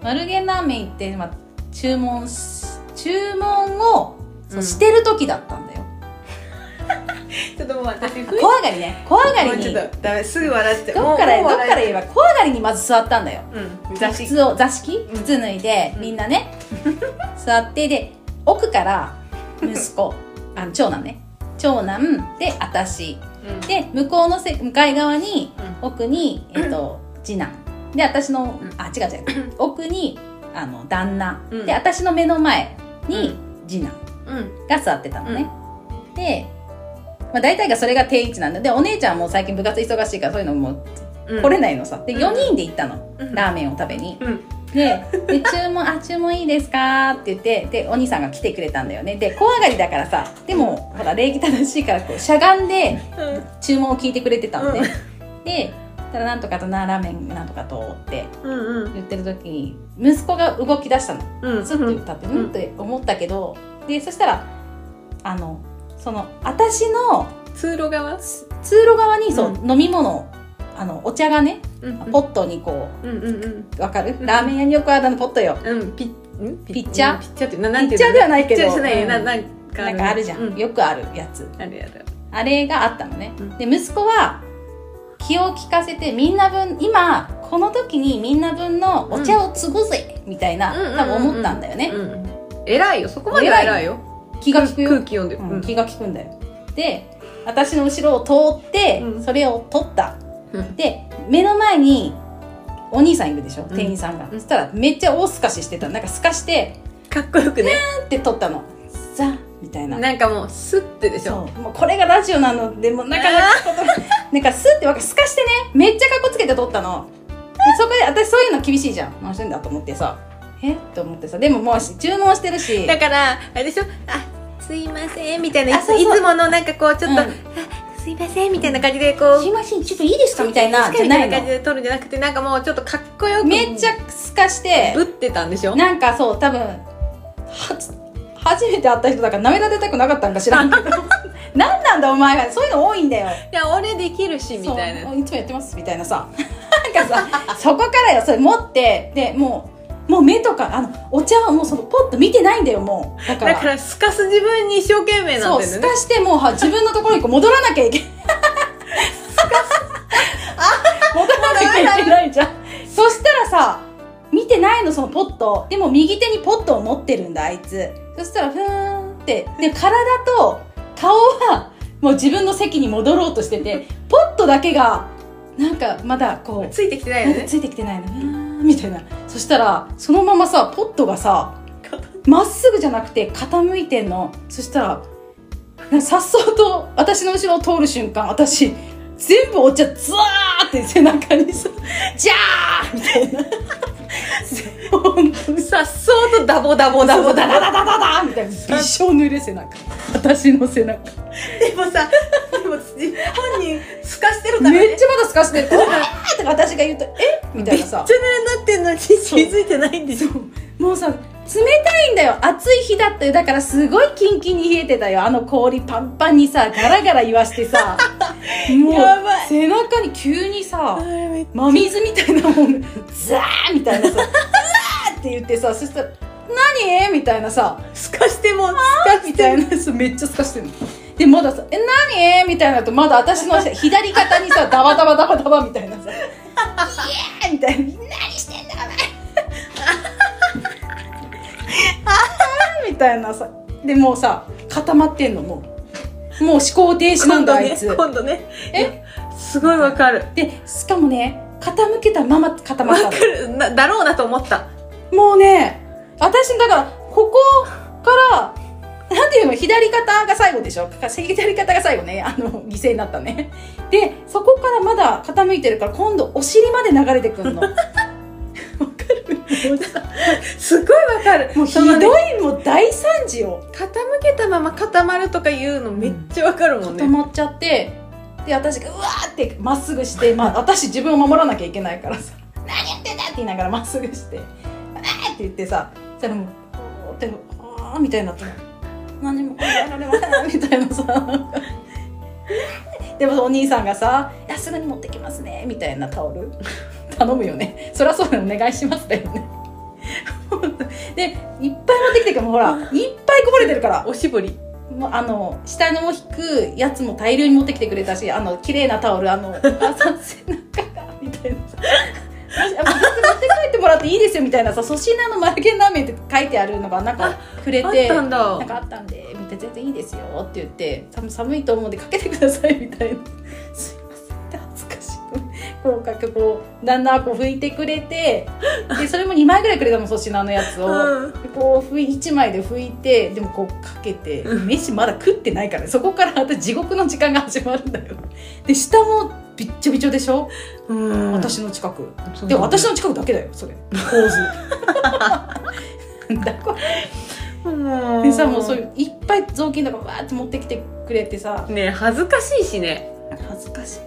S1: 丸源ラーメン行って、まあ、注文し注文をそう
S2: うん
S1: してる時だったんだよ、
S2: ちょっともう私雰囲気
S1: 怖がりね怖がりに
S2: ちょ
S1: ど
S2: っとダメすぐ笑っちゃう
S1: っから
S2: も
S1: ど
S2: うも
S1: っか
S2: う笑
S1: ら言えば怖がりにまず座ったんだよ
S2: えうん雑誌
S1: 靴を座敷
S2: うん
S1: 靴脱いで、
S2: うん
S1: みんな ね座ってで奥から息子あの長男ね長男で私
S2: うん
S1: で向こうのせ向かい側に
S2: うん
S1: 奥に、えっ と、次男で私の、
S2: うん
S1: あ違う違 う奥にあの旦那、
S2: うん
S1: で私の目の前に次男
S2: うん
S1: が座ってたのね、で、まあ、大体がそれが定位置なんだでお姉ちゃんも最近部活忙しいからそういうのも
S2: うん
S1: 来れないのさで
S2: うん
S1: 4人で行ったの、
S2: うん
S1: ラーメンを食べに
S2: うん
S1: でで注文「あ注文いいですか?」って言ってでお兄さんが来てくれたんだよねで小上がりだからさでもほら礼儀正しいからこうしゃがんで
S2: うん
S1: 注文を聞いてくれてたのね、
S2: うん
S1: で「たらなんとかとなラーメンなんとかと」って
S2: うんうん
S1: 言ってる時に息子が動き出したの
S2: うん
S1: ずっと歌ってうんって思ったけどでそしたらあのその私の
S2: 通路側
S1: つ通路側にそう、
S2: う
S1: 飲み物あのお茶がね
S2: うん
S1: ポットにこ
S2: うんうんうん
S1: うわかる
S2: うん
S1: ラーメン屋によくあるあのポットよ
S2: うんピッん
S1: ピッチャー
S2: ピッチャーってななん
S1: ピ
S2: て
S1: ッチャーではないけど
S2: ピッチャーじゃないよな
S1: うん
S2: なんか
S1: なんかあるじゃん、
S2: う
S1: よくあるやつ
S2: あるやる
S1: あれがあったのね、
S2: うん
S1: で息子は気を利かせてみんな分今この時にみんな分のお茶を継ぐぜ、みたいな多分思ったんだよね、
S2: うん偉いよそこまでは偉いよ
S1: 気が利くよ
S2: 空気読んでる
S1: う
S2: うん
S1: ん、気が利くんだよで私の後ろを通って、
S2: うん
S1: それを取った
S2: うん
S1: で目の前にお兄さんいるでしょ
S2: ん
S1: 店員さんが、
S2: うん
S1: そしたらめっちゃ大すかししてたなんかすかして
S2: かっこよくね
S1: パンって取ったのザみたいな
S2: なんかもうスッてでし
S1: そ
S2: ょ
S1: うもうこれがラジオなのでもうなかなか聞くことないなんかスッてわかすかしてねめっちゃかっこつけて取ったのでそこで私そういうの厳しいじゃん何してんだと思ってさえと思ってさでももうし注文してるし
S2: だからあれでしょあすいませんみたいない
S1: あ
S2: つ
S1: そうそう
S2: いつものなんかこうちょっと、
S1: うん
S2: あすいませんみたいな感じでこう
S1: すいませんちょっといいですかみたいなじゃ
S2: み
S1: な
S2: た
S1: い
S2: いな感じ
S1: の
S2: で撮るんじゃなくてなんかもうちょっとかっこよく
S1: めっちゃすかして
S2: ぶってたんでしょ
S1: なんかそう多分はつ初めて会った人だから涙出たくなかったんか知らんけど 何なんだお前がそういうの多いんだよ
S2: いや俺できるしみたい
S1: そ
S2: な
S1: ういつもやってますみたいな さなんかさそこからよそれ持ってでもうもう目とかあのお茶をもうそのポッと見てないんだよもうだから
S2: だからすかす自分に一生懸命な
S1: そ
S2: ん
S1: う
S2: だ
S1: す
S2: よ
S1: か
S2: ね
S1: してもうは自分のところにこう戻らなきゃいけない戻らなきゃいけない じゃんそしたらさ見てないのそのポットでも右手にポットを持ってるんだあいつそしたらふーんってで体と顔はもう自分の席に戻ろうとしててポットだけがなんかまだこう
S2: ついてきてないよね
S1: ついてきてないのうーんみたいなそしたらそのままさポットがさまっすぐじゃなくて傾いてんのそしたらなんかさっそうと私の後ろを通る瞬間私全部お茶ズワーって背中にさ「ジャー!」みたいな本当に
S2: さっそうとダボダボダボダ
S1: ダダ
S2: ボ
S1: ダダダダみたいな一生濡れ背中私の背中
S2: でもさでもじ本人すかしてるからね
S1: めっちゃまだすかしてる「おー!」とか私が言うと「えみたいなさ
S2: めっちゃ濡れになってんのに気づいてないんでしょ
S1: もうさ冷たいんだよ暑い日だったよだからすごいキンキンに冷えてたよあの氷パンパンにさガラガラ言わして さもう
S2: やばい
S1: 背中に急に
S2: あ
S1: さ
S2: れめっち
S1: 真水みたいなもんザーみたいなさザーって言ってさそしたら「何?」みたいなさ
S2: ゃすかしてもすか
S1: 「みたいなそうめっちゃすかしてるのでまださ「え何?」みたいなとまだ私の左肩にさダバダバダバダバみたいなさ「イエー!」みたいな「何してんだお前!」みたいなさでもうさ固まってんのもうもう思考停止なん
S2: 今
S1: だ、
S2: 度
S1: あ
S2: ね
S1: いつ
S2: 今度ね
S1: え
S2: すごいわかる
S1: でしかもね傾けたまま固ま
S2: わ
S1: った
S2: か
S1: の
S2: るなだろうなと思 った
S1: もうね私だからここからなんていうの左肩が最後でしょ左肩が最後ねあの犠牲になったねでそこからまだ傾いてるから今度お尻まで流れてくんのわかる
S2: すごいわかる
S1: もうひ
S2: そ
S1: ど
S2: のね
S1: いもう大惨事よ
S2: 傾けたまま固まるとかいうのめっちゃわかるもんね、
S1: 止まっちゃってで私がうわーってまっすぐして、まあ、私自分を守らなきゃいけないからさ「何やってんだ!」って言いながらまっすぐして「わー!」って言ってさそしたらもう「おーって「あー」みたいになって「何も考えられません」みたいなさなんかでもお兄さんがさ「いやすぐに持ってきますね」みたいなタオル頼むよねそりゃそうだよお願いしますだよねでいっぱい持ってきてるからもうほらいっぱいこぼれてるから
S2: おしぼり
S1: もうあの下の引くやつも大量に持ってきてくれたしあの綺麗なタオルあの朝背中がみたいなさ私あもうずっと持って帰ってもらっていいですよみたいなさ粗品のマルゲンラーメンって書いてあるのがなんかくれ
S2: あってたんだ
S1: なんかあったんでみたい全然いいですよ」って言って「寒寒いと思うんでかけてください」みたいな 「すいません」って恥ずかしくこうかけこうだんだんこう拭いてくれてでそれも2枚ぐらいくれたの粗品のやつを、
S2: うん
S1: でこう拭い1枚で拭いてでもこうかけて飯まだ食ってないからそこからまた地獄の時間が始まるんだよで下もびっちょびちょでしょ、
S2: うん
S1: 私の近く
S2: そう
S1: で
S2: だね
S1: 私の近くだけだよそれ構図 なんだこれ
S2: も
S1: でさもうそういういっぱい雑巾とかわーって持ってきてくれてさ
S2: ねえ恥ずかしいしね
S1: 恥ずかしい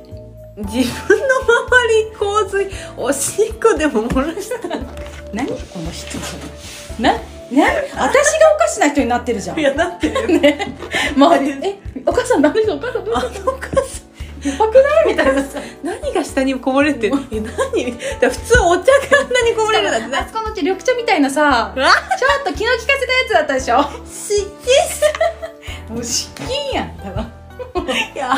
S2: 自分の周り洪水おしっこでも漏らした
S1: 何この人なな私がおかしな人になってるじゃん
S2: いやだってる
S1: ね周りで「えお母さんダメでしょお母さんどう
S2: あ
S1: し
S2: の
S1: た
S2: お母 さん
S1: やばくない?」みたいなさ
S2: 何が下にこぼれてるえ何だ普通お茶があんなにこぼれるなんて
S1: あそこのうち緑茶みたいなさ
S2: うわ
S1: ちょっと気の利かせたやつだったでしょ
S2: 湿
S1: もう失禁やんだな
S2: 気いや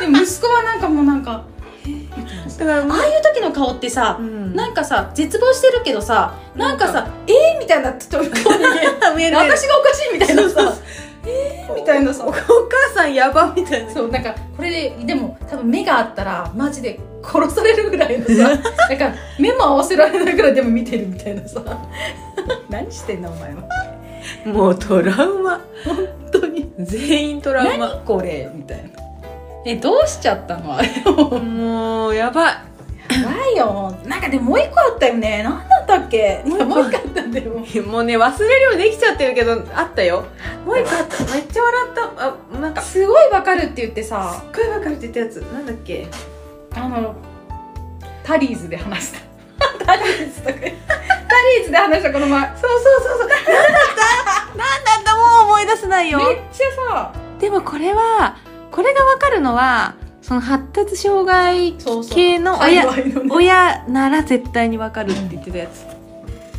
S1: で息子はなんかもうなんかえーみたいなさ
S2: だから
S1: ああいう時の顔ってさ、
S2: ん
S1: なんかさ絶望してるけどさなんかさえー、みたいなちょっと顔に 見える
S2: 見える
S1: 私がおかしいみたいな
S2: そうそう
S1: さえー、みたいなさ
S2: お母さんやばみたいな
S1: そうなんかこれででも多分目があったらマジで殺されるぐら いのさなんか目も合わせられないぐらいでも見てるみたいなさ 何してんだお前は
S2: もうトラウマ
S1: 本当に
S2: 全員トラウマ
S1: 何これみたいなえどうしちゃったのあれも
S2: もうやばい
S1: ないよなんかでももう一個あったよね何だったっけいやもう一個あったんだよ
S2: もうね忘れるようにできちゃってるけどあったよもう一個あっためっちゃ笑ったあなんかす
S1: すごいわかるって言ってさ
S2: っごいわかるって言ったやつなんだっけ
S1: あのタリーズで話した タリーズとかタリーズで話したこの前
S2: そうそうそうそうなんだったなんだったもう思い出せないよ
S1: めっちゃさ
S2: でもこれはこれがわかるのはその発達障害
S1: そうそう
S2: 系の親
S1: 界隈のね
S2: 親なら絶対にわかるって言ってたやつ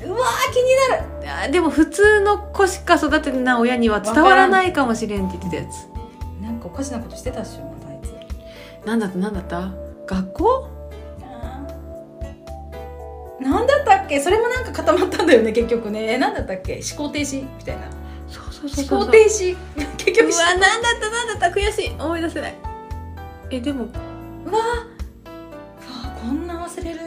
S1: うわー気になる
S2: あでも普通の子しか育ててない親には伝わらないかもしれんって言ってたやつ
S1: なんかおかしなことしてたっしょまたあいつ
S2: なんだったなんだった学校
S1: なんだったっけそれもなんか固まったんだよね結局ねえなんだったっけ思考停止みたいな
S2: そうそうそうそう
S1: 思考停止 結局
S2: うわなんだったなんだった悔しい思い出せないえでも
S1: うわ あこんな忘れる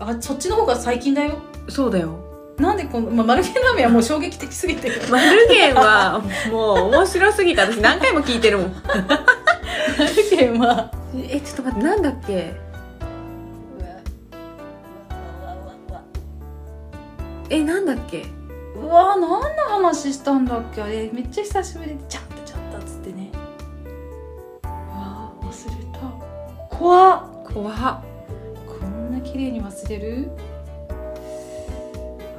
S1: あそっちの方が最近だよ
S2: そうだよ
S1: なんでこの、まあ、マルゲンラーメンはもう衝撃的すぎて
S2: マルゲンは もう面白すぎて私何回も聞いてるもん
S1: マルゲンは
S2: えちょっと待ってなんだっけえなんだっけ
S1: うわ何の話したんだっけあれめっちゃ久しぶりでちゃったちゃったっつってねうわ忘れた怖っ
S2: 怖っ
S1: こんな綺麗に忘れる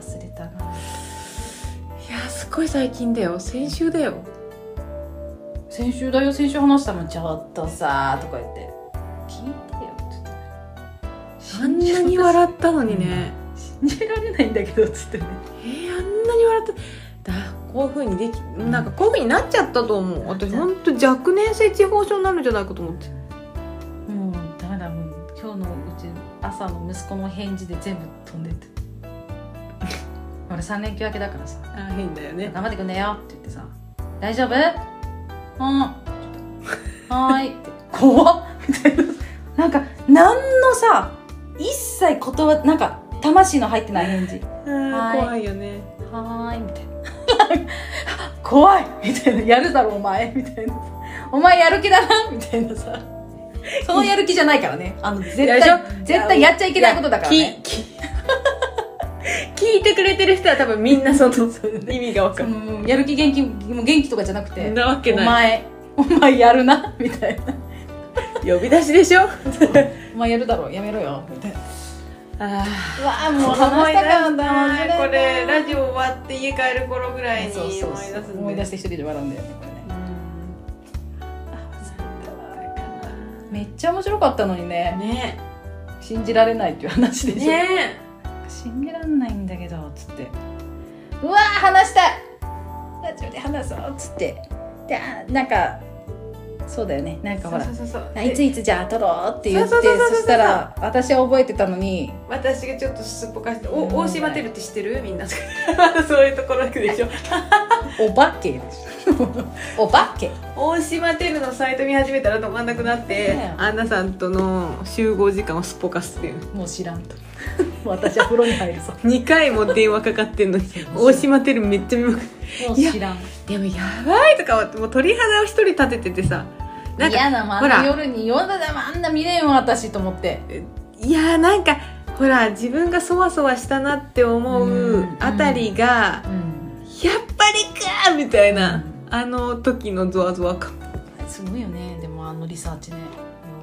S1: 忘れたない
S2: やすごい最近だよ先週だよ
S1: 先週だよ先週話したもんちょっとさとか言って聞いてよちょっと
S2: あんなに笑ったのにね、
S1: 信じられないんだけどっつってね
S2: えー、あんなに笑っただこういうふうにできなんかこういうふうになっちゃったと思う私ほんと若年性痴呆症になるんじゃないかと思って
S1: もうダメだもう今日のうち朝の息子の返事で全部飛んでって俺3連休明けだからさ
S2: あ変だよ
S1: 「頑張ってくんねよ」って言ってさ「大丈夫?」「うん」「はーい」って怖っみたいななんか何のさ一切言葉なんか魂の入ってない返事はい
S2: 怖いよね
S1: 「はーい」みたいな 「怖い」みたいな「やるだろお前」みたいな「お前やる気だな」みたいなさそのやる気じゃないからねあの絶対
S2: いや
S1: 絶対やっちゃいけないことだから
S2: いや
S1: ね
S2: きき 聞いてくれてる人は多分みんなその意味がわ
S1: そ
S2: かる
S1: のやる気元気もう元気とかじゃなくて
S2: そんなわけ
S1: お
S2: ない
S1: 前お前やるなみたいな
S2: 呼び出しでしょあ
S1: お前やるだろやめろよみたいな
S2: あ
S1: うわーもう
S2: 思
S1: 話
S2: い
S1: し
S2: 出
S1: たかった
S2: したこれラ
S1: ジ
S2: ジオ終わって家帰る頃ぐらいに
S1: そ
S2: 思
S1: う
S2: い出す
S1: そ
S2: ん
S1: う
S2: で
S1: そう思い出して一人で笑うんだよねこれねめっちゃ面白かったのにね
S2: ね
S1: 信じられないっていう話でしょ、
S2: ね
S1: 信じられないんだけどつってうわー話したいラジオで話そうっつってであなんかそうだよねなんかほら
S2: そうそうそうそう
S1: あいつ
S2: で
S1: いつじゃあ撮ろうって言ってそ
S2: そうそうそうそうそう
S1: したら私は覚えてたのに
S2: 私がちょっとすっぽかして「お
S1: うん
S2: 大島テルって知ってるみんな」 とかそういうところでしょ
S1: お化けでし ょお化け
S2: 大島テルのサイト見始めたら止まんなくなって、
S1: ねえ
S2: アンナさんとの集合時間をすっぽかすっていう
S1: もう知らんと 私は風呂に入るぞ
S2: 2回も電話かかってんのに大島テルめっちゃ見まくっ
S1: もう知らん
S2: でもやばいとか思ってもう鳥肌を一人立てててさなんか
S1: 嫌なもんあん
S2: ほ
S1: な
S2: ら
S1: 夜に夜だでもあんな見れんわ私と思って
S2: いやーなんかほら自分がそわそわしたなって思
S1: う
S2: うんあたりが、
S1: うん
S2: やっぱりかーみたいな、
S1: うん
S2: あの時のゾワゾワ感、
S1: すごいよねでもあのリサーチねも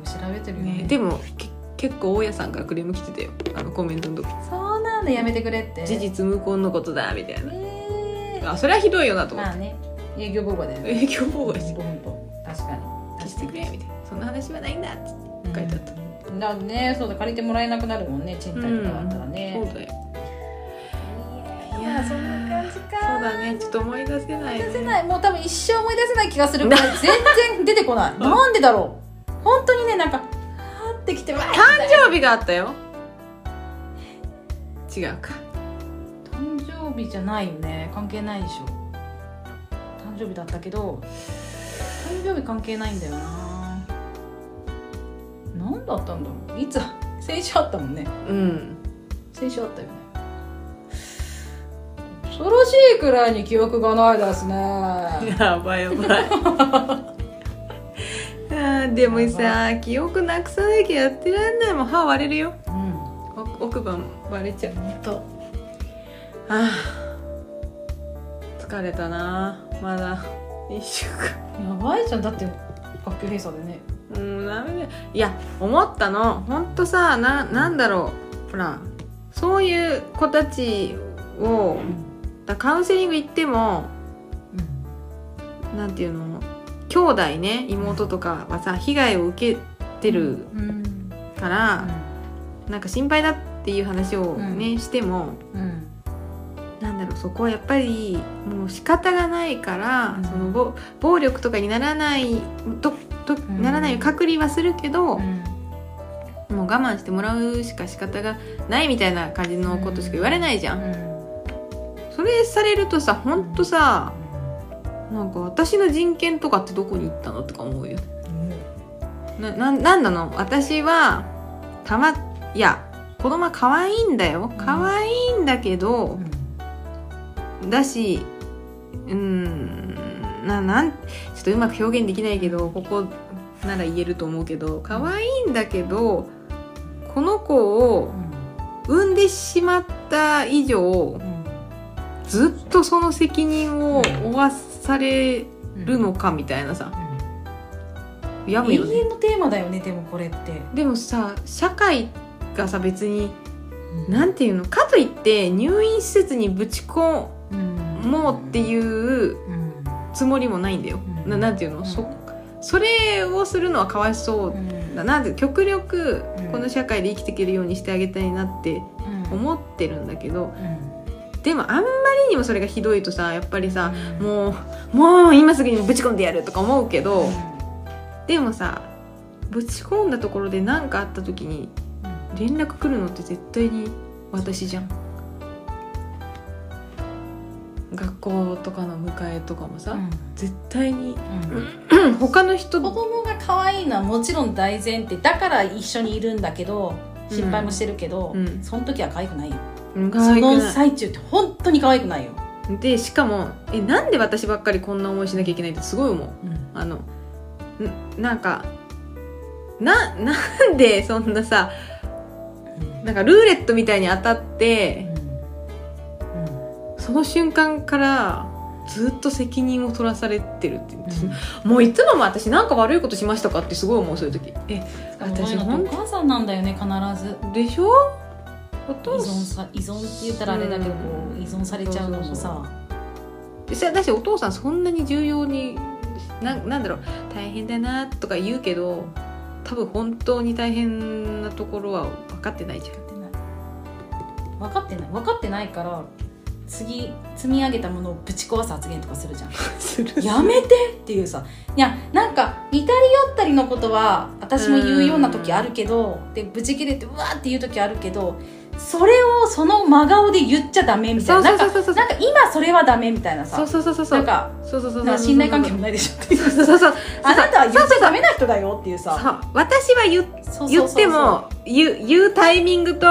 S1: う調べてるよね
S2: でもけ結構大家さんからクレーム来てたよあのコメントの時
S1: そうなんだやめてくれって
S2: 事実無根のことだみたいな
S1: えー
S2: あそれはひどいよなと思っ
S1: まあ
S2: て
S1: ね営業妨害だよね
S2: 営業妨害して
S1: ほんと確かに
S2: 消してくれみたいなそんな話はないんだって
S1: うん
S2: 書いてあった
S1: だからねそうだ借りてもらえなくなるもんね賃貸とかだったらね、
S2: そうだよ
S1: いやーそんな感じか
S2: そうだねちょっと思い出せない、
S1: 思い
S2: ね、
S1: 出せないもう多分一生思い出せない気がするこれ全然出てこ ないなんでだろう本当にねなんかはーってきてわー
S2: 誕生日があったよ違うか
S1: 誕生日じゃないよね関係ないでしょ誕生日だったけど誕生日関係ないんだよな何だったんだろういつ先週あったもんね
S2: うん
S1: 先週あったよね恐ろしいくらいに記憶がないですね
S2: やばいやば いあーでもさ記憶なくさなきゃやってらんないもん歯割れるよ
S1: うん
S2: お奥歯も割れちゃう
S1: 本当
S2: あー疲れたなまだ一週間
S1: やばいじゃんだって学級閉鎖でね
S2: もうダメだよいや思ったのほんとさななんだろうほらそういう子たちをだカウンセリング行ってもなんていうの兄弟ね妹とかはさ被害を受けてる
S1: うん
S2: から、なんか心配だっていう話をね、しても
S1: うん
S2: なんだろうそこはやっぱりもう仕方がないから、
S1: うん
S2: その暴暴力とかにならないとと
S1: ん
S2: ならないように隔離はするけど、
S1: うん
S2: もう我慢してもらうしか仕方がないみたいな感じのことしか言われないじゃん、それされるとさほんとさなんか私の人権とかってどこに行ったのとか思うよなななんなの私はたまいや子供は可愛いんだよ可愛いんだけど、だしうーんななんちょっとうまく表現できないけどここなら言えると思うけど可愛いんだけどこの子を産んでしまった以上ずっとその責任を負わされるのかみたいなさやむ
S1: 永
S2: よね
S1: 遠のテーマだよねでもこれって
S2: でもさ社会がさ別になんていうのかといって入院施設にぶち込もうっていう
S1: うん
S2: つもりもないんだよ、
S1: うん
S2: ななんていうの、
S1: うん
S2: そそれをするのはかわいそうだなって極力
S1: うん
S2: この社会で生きていけるようにしてあげたいなって思ってるんだけどでもあんまりにもそれがひどいとさやっぱりさもうもう今すぐにぶち込んでやるとか思うけどでもさぶち込んだところで何かあった時に連絡来るのって絶対に私じゃん学校とかの迎えとかもさ、絶対に他の人
S1: 子供が可愛いのはもちろん大前提だから一緒にいるんだけど心配もしてるけど、
S2: うん
S1: その時は可愛くないよ
S2: 可
S1: そ
S2: 愛く
S1: の
S2: な
S1: 最中って本当に可愛くないよ、
S2: いでしかもえなんで私ばっかりこんな思いしなきゃいけないってすごい思うあのんなんかななんでそんなさなんかルーレットみたいに当たってその瞬間からずっと責任を取らされてるって、もういつもも私なんか悪いことしましたかってすごい思うそういう時え
S1: 私
S2: 私
S1: の
S2: 本
S1: お母さんなんだよね必ず
S2: 当でしょお
S1: 依
S2: 父
S1: 存
S2: さん
S1: さ依存って言ったらあれだけどこ
S2: う
S1: うん依存されちゃうのもさ
S2: 私私お父さんそんなに重要にななんだろう大変だなとか言うけど多分本当に大変なところは分かってないじゃん
S1: 分かってない分かってない分かってないから次積み上げたものをぶち壊す発言とかするじゃ ん
S2: する
S1: やめてっていうさいやなんか似たり寄ったりのことは私も言うような時あるけどでブチ切れてうわーって言う時あるけどそれをその真顔で言っちゃダメみたいななん
S2: そう
S1: か
S2: そうそうそう
S1: なんか今それはダメみたいなさ
S2: そうそうそうそうそ
S1: なん
S2: う
S1: か
S2: そうそうそう
S1: なんか信頼関係も
S2: も
S1: ないでしょっていう
S2: そうそうそうそう
S1: あなたは言っちゃダメな人だよっていうさ
S2: そう私は言
S1: そうそう
S2: 言
S1: そう
S2: っ
S1: そう
S2: ても言う言うタイミングと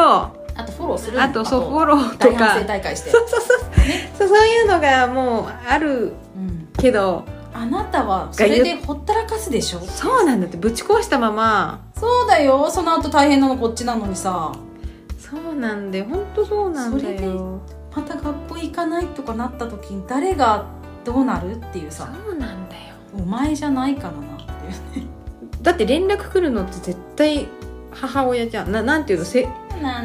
S1: あ
S2: あ
S1: とフォローする
S2: とそうフ
S1: ロ
S2: ォローと
S1: 大反
S2: か
S1: 省大会して
S2: そうそうそうそうそういうのがもうある
S1: うん
S2: けど
S1: あなたはそれでほったらかすでしょ
S2: そうなんだってぶち壊したまま
S1: そうだよその後大変なのこっちなのにさ
S2: そうなんで本当そうなんだよ
S1: また学校行かないとかなった時に誰がどうなるっていう
S2: そ
S1: さ
S2: うなんだよ
S1: お前じゃないからなっていう
S2: だって連絡来るのって絶対母親じゃんななんていうのせ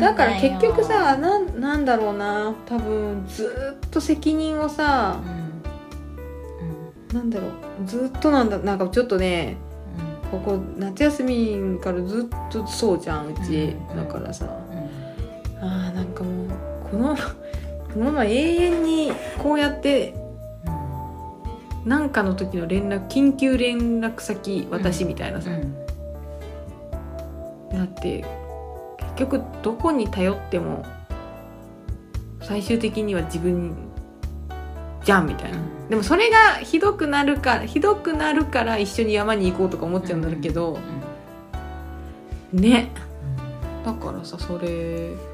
S2: だから結局、さなんなんだろうな多分ずーっと責任を
S1: う
S2: さ
S1: んうん
S2: なんだろうずーっとなんだなんかちょっとね
S1: うん
S2: ここ夏休みからずっとそうじゃんうち、
S1: うん
S2: だからさ
S1: うん
S2: あーなんかもうこのこのまま永遠にこうやって何かの時の連絡緊急連絡先私みたいなさ、
S1: うん
S2: だって結局どこに頼っても最終的には自分じゃんみたいな、
S1: うん
S2: でもそれがひどくなるからひどくなるから一緒に山に行こうとか思っちゃうんだけど、ねだからさそれ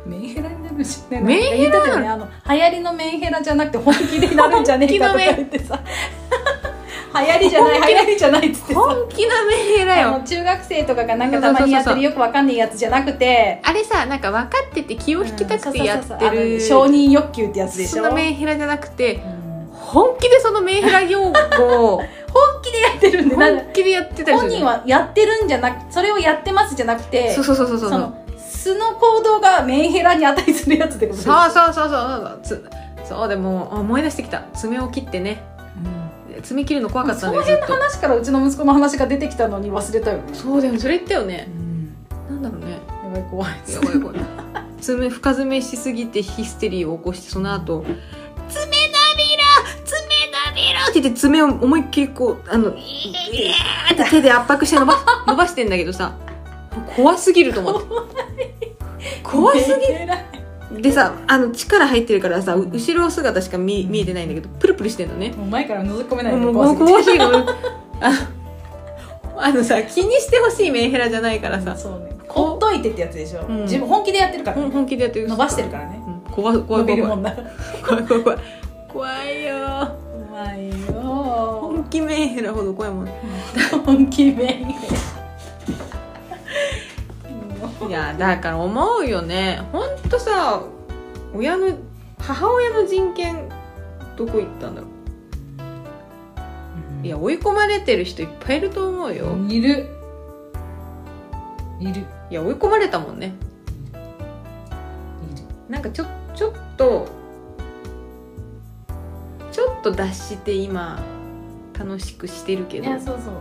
S1: メ ンヘラになるしね
S2: メンヘ
S1: な
S2: ラ
S1: んか言ってたよねあの流行りのメンヘラじゃなくて本気でなるんじゃねえかとか言ってさ 流行りじゃない流行りじゃないっつってさ
S2: 本気なメンヘラ
S1: あ
S2: よ
S1: の中学生とかがなんかたまにやって
S2: そうそうそうそ
S1: る
S2: う
S1: よくわかんないやつじゃなくて
S2: あれさなんか分かってて気を引きたくてや
S1: そうそう
S2: って
S1: そうそうあ
S2: る
S1: の承認欲求ってやつでし
S2: そ
S1: ょ
S2: んなメンヘラじゃなくて本気でそのメンヘラ用語を
S1: 本気でやってるん でなんか
S2: 本気でやってたりす
S1: 本
S2: るじゃん
S1: 人はやってるんじゃなくそれをやってますじゃなくて
S2: そうそうそうそうそう
S1: その素の行動がメンヘラに値するやつってことです
S2: そうそうそうそうそうつそうでもあ思い出してきた爪を切ってね爪切るの怖かった
S1: そ
S2: んだ
S1: の
S2: よずっ
S1: 辺の
S2: と
S1: 話からうちの息子の話が出てきたのに忘れたよね
S2: そうだよねそれ言ったよね
S1: うん
S2: なんだろうね
S1: やばい怖い
S2: やばいや ばい爪深爪しすぎてヒステリーを起こしてその後爪なびら爪なびら!」って言って爪を思いっきりこうあのイエーって手で圧迫して伸ば伸ばしてんだけどさ怖すぎると思って怖す
S1: ぎる
S2: ぎでさあの力入ってるからさう後ろ姿しか見見えてないんだけどプルプルしてんのね
S1: もう前から覗き込めない
S2: も
S1: の
S2: うもうコ
S1: 怖
S2: ー
S1: す
S2: ヒ
S1: ぎ
S2: ーがああのさ気にしてほしいメンヘラじゃないから
S1: て
S2: さ、
S1: そうねほっといてってやつでしょ
S2: うん
S1: 自分本気でやってるから
S2: ほん
S1: ね
S2: 本気でやってる
S1: 伸ばしてるからね
S2: うん怖い怖
S1: 伸
S2: い怖
S1: び
S2: い
S1: るも
S2: 怖い
S1: んな
S2: 怖い怖い怖い怖いよ
S1: 怖いよ
S2: 本気メンヘラほど怖いもんい
S1: 本気メンヘ
S2: やだから思うよねほんとさ親の母親の人権どこ行ったんだろういや追い込まれてる人いっぱいいると思うよ
S1: いるいるいる
S2: いや追い込まれたもんねなんかちょちょっとちょっと脱して今楽しくしてるけ
S1: い
S2: ど
S1: やそうそうも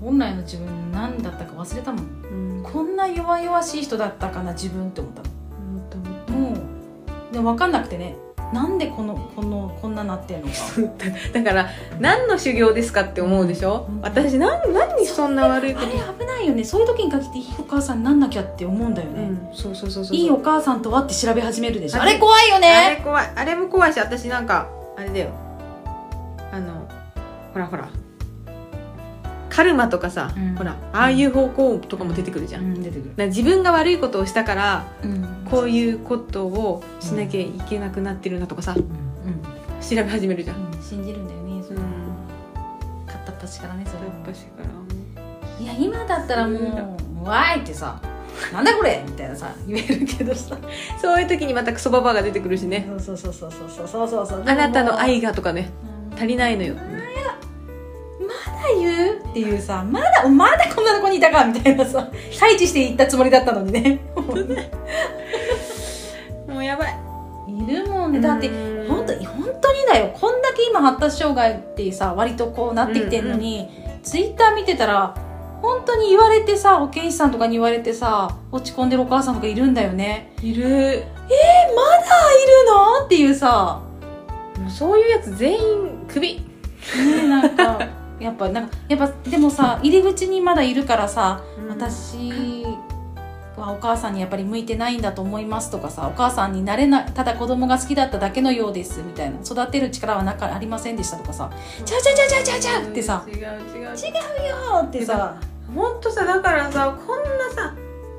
S1: う本来の自分何だったか忘れたもん
S2: うん
S1: こんな弱々しい人だったかな自分って思った
S2: 思った思っ
S1: のもうで分かんなくてねなんでこのこのこんななってんのか
S2: ただから何の修行ですかって思うでしょ、
S1: うん
S2: 私なん何そんな悪いこ
S1: あ
S2: と
S1: れ危ないよねそういう時に限っていいお母さんになんなきゃって思うんだよ
S2: う
S1: ね、
S2: んそうそうそうそう
S1: いいお母さんとはって調べ始めるでしょあ
S2: あ
S1: れ
S2: れ
S1: 怖いよ
S2: あれ
S1: ね
S2: 怖いあれも怖いし私なんかあれだよあのほらほらカルマとかさ、
S1: うん
S2: ほらああいう方向とかも出てくるじゃん、だか
S1: 出てくる、
S2: ら自分が悪いことをしたから
S1: うん
S2: こういうことをしなきゃいけなくなってるなとかさ調
S1: うん
S2: べ始めるじゃん。
S1: 信じるんだよねそれ片っ端からねそれ
S2: やっぱしから
S1: いや今だったらもう「わい!」ってさ「なんだこれ!」みたいなさ言えるけどさ
S2: そういう時にまたクソババアが出てくるしね
S1: そうそうそうそうそうそうそうそうそう
S2: あなたの
S1: が
S2: 愛がとかね足りないのよ
S1: まだ言うっていうさまだまだこんなとこにいたかみたいな さ退治していったつもりだったのにね
S2: もうやばい
S1: いるもんね だって
S2: うん
S1: 本当本当にだよこんだけ今発達障害ってさ割とこうなってきてんのに、ツイッター見てたら本当に言われてさ保健師さんとかに言われてさ落ち込んでるお母さんとかいるんだよね
S2: いる
S1: えまだいるのっていうさ
S2: もうそういうやつ全員クビ
S1: ねなんかやっぱなんかやっぱでもさ入り口にまだいるからさ、
S2: うん
S1: 私はお母さんにやっぱり向いてないんだと思いますとかさお母さんになれないただ子供が好きだっただけのようですみたいな育てる力はなかありませんでしたとかさ「ちゃうちゃうちゃうちゃうちゃうちゃう」ってさ
S2: 違う違う違う
S1: 「あー」ってさ
S2: ほんとさだからさこんなさ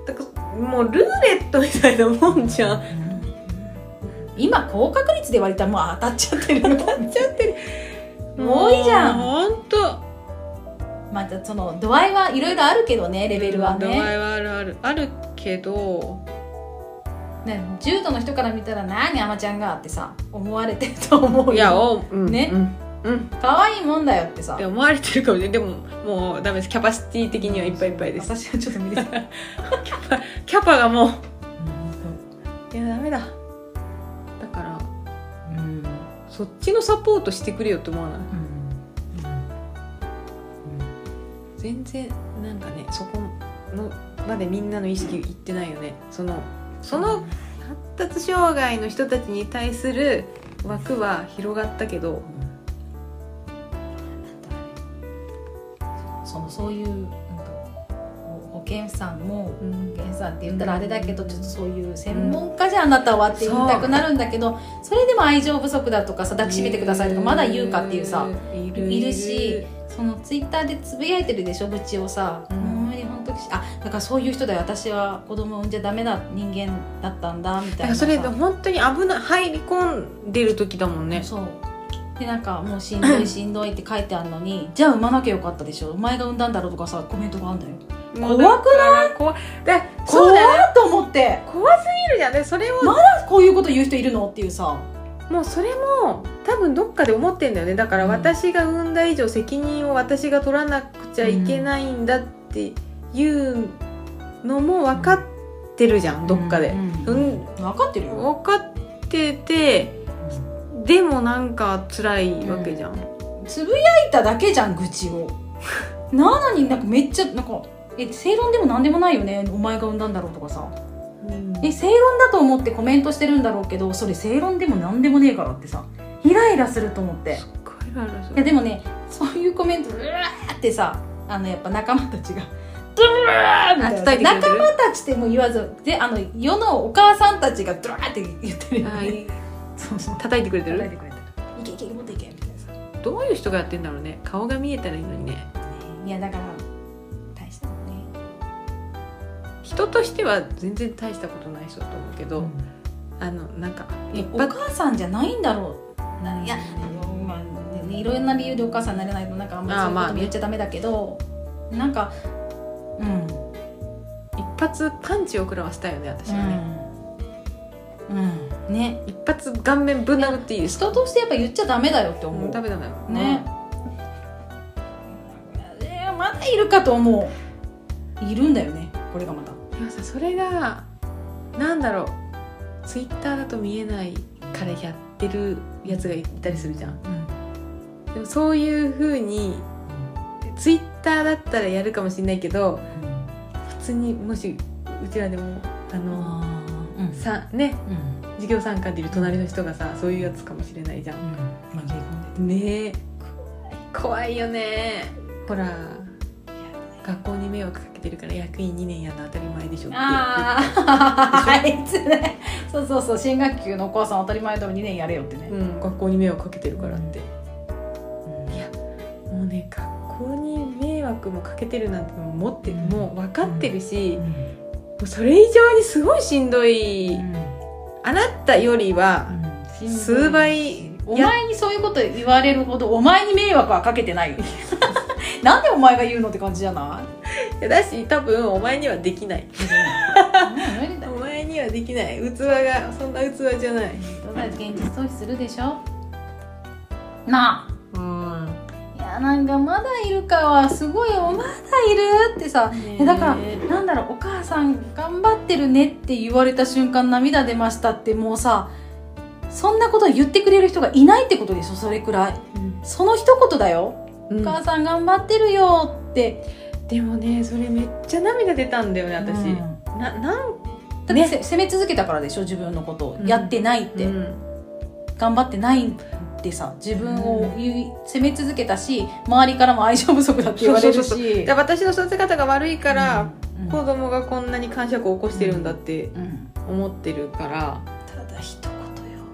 S2: だからもうルーレットみたいなもんじゃん
S1: 今高確率で割ったらもう当たっちゃってる当たっちゃってるもう多いじゃん
S2: ほんと
S1: またその度合いはいろいろあるけどねレベルは
S2: 度合
S1: ね
S2: いはあるあるあるけど
S1: ね重度の人から見たら「何あまちゃんが」ってさ思われてると思うよ
S2: いやお、うん、
S1: ね
S2: うん、うん、
S1: 可愛いもんだよってさ
S2: って思われてるかもしれないでももうダメですキャパシティ的にはいっぱいいっぱいです
S1: 私はちょっと無理だ
S2: キャパがもういやダメだだから
S1: うん
S2: そっちのサポートしてくれよって思わない全然なんかねそこのまでみんなの意識いってないよねそのその発達障害の人たちに対する枠は広がったけど
S1: そのそういうなんか保健師さんも
S2: うん
S1: 保健師さんって言ったらあれだけどちょっとそういう専門家じゃあなたはって言いたくなるんだけどそれでも愛情不足だとかさ抱きしめてくださいとかまだ言うかっていうさ
S2: い
S1: いるしそのツイッターでつぶやいてるでしょ愚痴をさ、
S2: うん
S1: もう無理本当にしあだからそういう人だよ私は子供産んじゃダメな人間だったんだみたい
S2: だか
S1: な
S2: ら
S1: さ
S2: それ本当に危ない入り込んでる時だもんね
S1: そうでなんかもうしんどいしんどいって書いてあるのにじゃあ産まなきゃよかったでしょお前が産んだんだろうとかさコメントがあるんだよ
S2: もう
S1: 怖く
S2: だから怖いだから
S1: そ
S2: そう
S1: う
S2: だよね
S1: だと思って
S2: 怖すぎるじゃんでそれを
S1: こういうこと言う人いるのっていうさ
S2: もうそれも多分どっかで思ってんだよねだから
S1: うん
S2: 私が産んだ以上責任を私が取らなくちゃいけないんだっていうのも分かってるじゃんどっかで、う
S1: うんん分かってるよ、
S2: 分かっててでもなんか辛いわけじゃん、
S1: つぶやいただけじゃん愚痴をなのになんかめっちゃなんかえ正論でも何でもないよねお前が産んだんだろうとかさ
S2: うん
S1: え正論だと思ってコメントしてるんだろうけどそれ正論でも何でもねえからってさイライラすると思って
S2: すっごいイライラす
S1: いや
S2: る
S1: でもねそういうコメントうわーってさあのやっぱ仲間たちがドゥラーみたいな
S2: あ叩いてくれ
S1: 仲
S2: てる
S1: 間たちってもう言わずであの世のお母さんたちがドゥラーって言ってるよ
S2: あ
S1: ね
S2: い
S1: そうそう
S2: 叩いてくれて
S1: 叩いて
S2: る
S1: くれてるいけいけもっといけみたいなさ
S2: どういう人がやってんだろうね顔が見えたらいいのにね
S1: いやだから大したもんね
S2: 人としては全然大したことない人だと思うけど、あのなんか
S1: いやお
S2: 発
S1: 母さんじゃないんだろうないやまあねいろんな理由でお母さんになれないとなんかあんまりそういうことも言っちゃダメだけど、なんかうん
S2: 一発パンチを食らわせたいよね私はね、
S1: うん、うん、ね
S2: 一発顔面ぶん殴っていいですか
S1: 人としてやっぱ言っちゃダメだよって思
S2: も
S1: う、
S2: うダメだな
S1: ね、えーまだいるかと思ういるんだよねこれがまた
S2: でもさそれがなんだろうツイッターだと見えないからやってるやつがいたりするじゃんでもそういう風にツイッターだったらやるかもしれないけど普通にもしうちらでもあの
S1: あーうん
S2: さね
S1: うん
S2: 授業参観でいる隣の人がさそういうやつかもしれないじゃん
S1: 紛れ込んで
S2: ねえ怖いよねほら学校に迷惑かけてるから役員2年やの当たり前でしょって
S1: あ ああいつねそうそうそう新学級のお母さん当たり前の2年やれよってね、
S2: うん、学校に迷惑かけてるからって、
S1: いや
S2: もうね学校に迷惑もかけてるなんてもう持って
S1: うん
S2: もう分かってるし、
S1: う
S2: も
S1: ん
S2: うそれ以上にすごいしんどい、あなたよりは
S1: うん
S2: 数倍
S1: お前にそういうこと言われるほどお前に迷惑はかけて ないよなんでお前が言うのって感じじゃない
S2: やだし多分お前にはできない
S1: い無理だ
S2: お
S1: よ
S2: 前にはできない器がそんな器じゃない
S1: どうだって現実逃避するでしょなあ
S2: うん
S1: いやなんかまだいるかはすごいよまだいるってさえだからなんだろうお母さん頑張ってるねって言われた瞬間涙出ましたってもうさそんなこと言ってくれる人がいないってことでしょそれくらいその一言だよ、
S2: うん
S1: お母さん頑張ってるよって
S2: でもねそれめっちゃ涙出たんだよね
S1: う
S2: 私、
S1: ん
S2: ななん
S1: だってせ、責め続けたからでしょ自分のことを、
S2: うん
S1: やってないって、
S2: うん
S1: 頑張ってないってさ自分を言い責め続けたし周りからも愛情不足だって言われる
S2: そうそう
S1: し
S2: で私の育て方が悪いから、
S1: うん
S2: 子供がこんなに感触を起こしてるんだって
S1: うん
S2: 思ってるから、
S1: ただ一言よ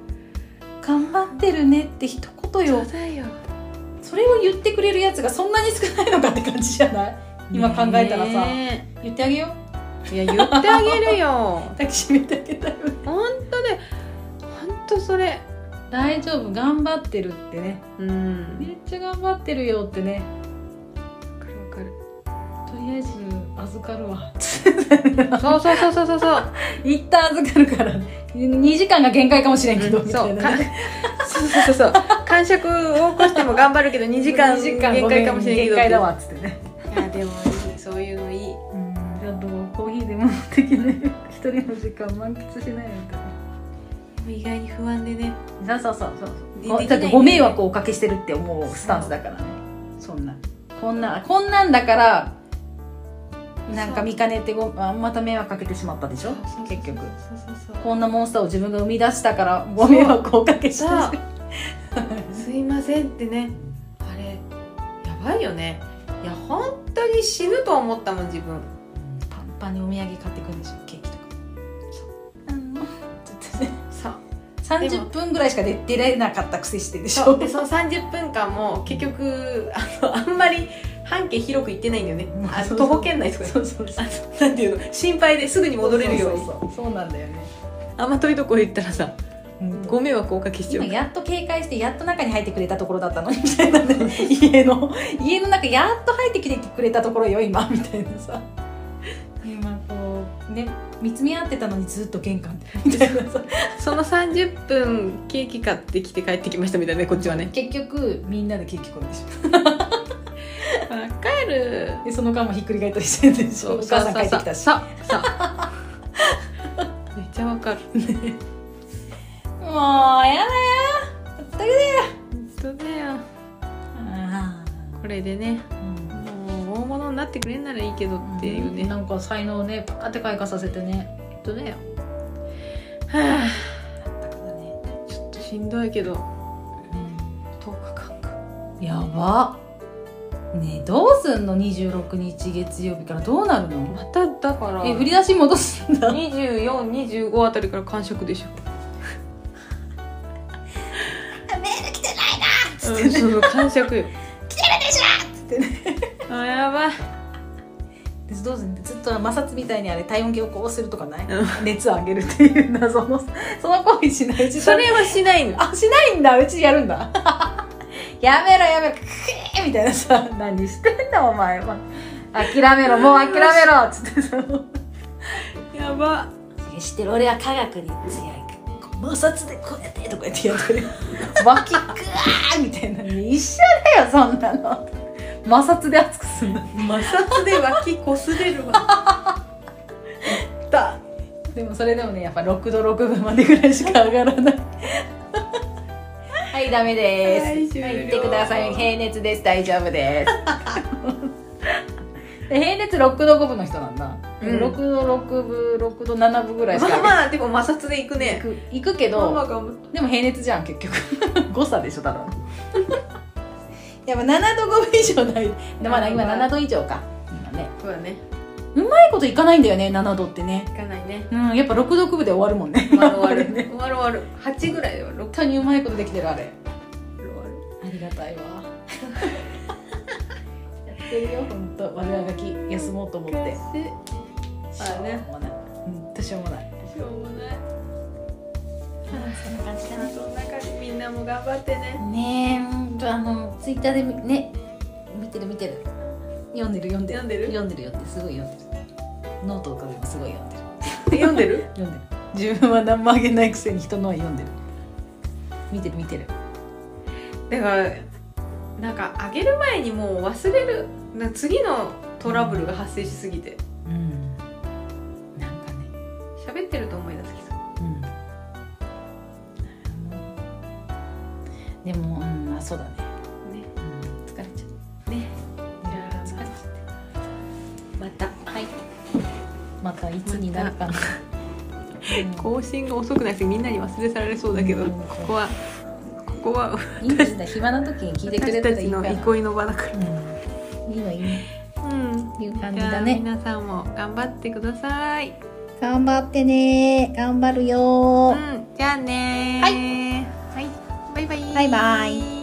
S1: 頑張ってるねって一言よ
S2: そうだよ
S1: それを言ってくれるやつがそんなに少ないのかって感じじゃない今考えたらさ、
S2: ね
S1: 言ってあげよう
S2: えいや言ってあげるよ
S1: 抱きしめてあげたいよね
S2: 本当ね本当それ
S1: 大丈夫頑張ってるってね
S2: うん
S1: めっちゃ頑張ってるよってね
S2: わかるわかる
S1: とりあえず預かるわ
S2: そうそうそうそうそうそう
S1: 一旦預かるから2時間が限界かもしれんけど、みた
S2: そ
S1: いうな
S2: か
S1: ね
S2: そうそうそうそう感触を起こしても頑張るけど2時間
S1: 2時間
S2: 限界かもしれな
S1: 限
S2: いけど
S1: 界だわっつってね
S2: いやでもそういうのい
S1: う
S2: い
S1: んちょっとコーヒーでも持って きね一人の時間満喫しないのか
S2: 意外に不安でね
S1: なそうそうそう
S2: で
S1: そう
S2: でき
S1: ちょ
S2: ない
S1: っとご迷惑をおかけしてるって思うスタンスだからねそんなこんなこんなんだからなんか見かねてごあまた迷惑かけてしまったでしょ結局
S2: そうそうそう
S1: こんなモンスターを自分が生み出したからご迷惑をおかけし
S2: そう
S1: た
S2: すいませんってねあれやばいよねいや本当に死ぬと思ったもん自分
S1: パンパンにお土産買ってくるんでしょケーキとかあのちょっとね
S2: さでも
S1: 30分ぐらいしか出出れなかったくせしてでし
S2: そう
S1: ょ
S2: でその30分間も結局あのあんまり半径広く行ってないんだよね
S1: うん
S2: あ
S1: そ
S2: の
S1: う
S2: 徒
S1: そう
S2: 歩圏内とかね
S1: そうそう そう
S2: あのなんていうの心配ですぐに戻れるよう
S1: そ
S2: に
S1: うそうそうそうなんだよね
S2: あんま遠いとこ行ったらさご迷惑をおかけしちゃ
S1: 今
S2: う
S1: やっと警戒してやっと中に入ってくれたところだったのにみたいな ね家の家の中やっと入ってきてくれたところよ今みたいなさ今こうね見つめ合ってたのにずっと玄関でみたいなさ
S2: その30分ケーキ買ってきて帰ってきましたみたいなねこっちはね
S1: 結局みんなでケーキ込んでしょ
S2: わかる
S1: でその間もひっくり返ったりしてるでしょお母さん帰ってきたし
S2: さささめっちゃわかる
S1: もうやだよほったくれよ
S2: 本当だよ
S1: あ
S2: これでね
S1: ーうん
S2: もう大物になってくれんならいいけどっていうね、
S1: なんか才能をねパカって開花させてね
S2: 本当だよは
S1: だからね
S2: あちょっとしんどいけど10日間か
S1: やばねえどうすんの26日月曜日からどうなるの
S2: まただから
S1: え振り出し戻すんだ
S2: 2425あたりから完食でしょ
S1: メール来てない
S2: うん、そうそう 完食よ
S1: てね
S2: あやばい
S1: でどうすんのずっと摩擦みたいにあれ体温計をこうするとかない、
S2: う
S1: 熱を上げるっていう謎の その行為しないうち
S2: それはしない の
S1: あしないんだうちやるんだ やめろやめろクーみたいなさ何してんだお前は諦めろもう諦めろっつってさ
S2: やば
S1: 決してる俺は科学に強いこう摩擦でこうやってとか言ってやってる脇グワーみたいなの一緒だよそんなの摩擦で熱くすんだ
S2: 摩擦で脇こすれるわだ
S1: でもそれでもねやっぱ6度6分までぐらいしか上がらないはいダメです、
S2: は
S1: はいい、
S2: 終了
S1: 言ってください平熱です大丈夫ですで 平熱6度5分の人なんだ、
S2: うん
S1: 6度6分6度7分ぐらいしか
S2: まあ
S1: 上がらない
S2: まあでも摩擦でいくね
S1: 行く行くけど、
S2: ママが
S1: でも平熱じゃん結局 誤差でしょただの いやまあ7度5分以上ないでまだ今7度以上か今ね
S2: そうだね
S1: うまいこといかないんだよね7度ってね
S2: いかないね
S1: うんやっぱ6度9分で終わるもんね
S2: 終わる終わる
S1: やっぱりね
S2: 終わる終わる8ぐらいで終わ る
S1: 本当にうまいことできてるあれ
S2: 終わる
S1: ありがたいわ やってるよ本当悪あがき休もうと思ってしょうもないうんとしょうもない
S2: しょうもない
S1: そんな感じか
S2: その中でみんなも頑張ってね
S1: ねえうんとあのツイッターでみね見てる見てる読んでる読んでる
S2: 読んでる
S1: 読んでる読んでるすごい読んでるノートとかでもすごい読んでる
S2: 読んでる
S1: 読んでる自分は何もあげないくせに人のは読んでる見てる見てる
S2: だからなんかあげる前にもう忘れるな次のトラブルが発生しすぎて
S1: うんなんかね
S2: 喋ってると思い出すけど
S1: うんでも、うん、あそうだね、
S2: ね
S1: うん、疲れちゃう
S2: ね
S1: 疲れちゃう
S2: またはい
S1: またいつになるかな、うん
S2: 更新が遅くなくてみんなに忘れ去られそうだけど、
S1: うん
S2: ここはこここはい
S1: いんだ暇な時に聞いてくれ
S2: 私
S1: た
S2: た
S1: らい
S2: ち
S1: いか
S2: の
S1: ら
S2: 憩いの場だから
S1: うんいいのいいの
S2: うん
S1: いう感じだね
S2: じゃあ皆さんも頑張ってください
S1: 頑張ってね頑張るよ
S2: うんじゃあね、
S1: はい
S2: はい、バイバイ
S1: バイバイ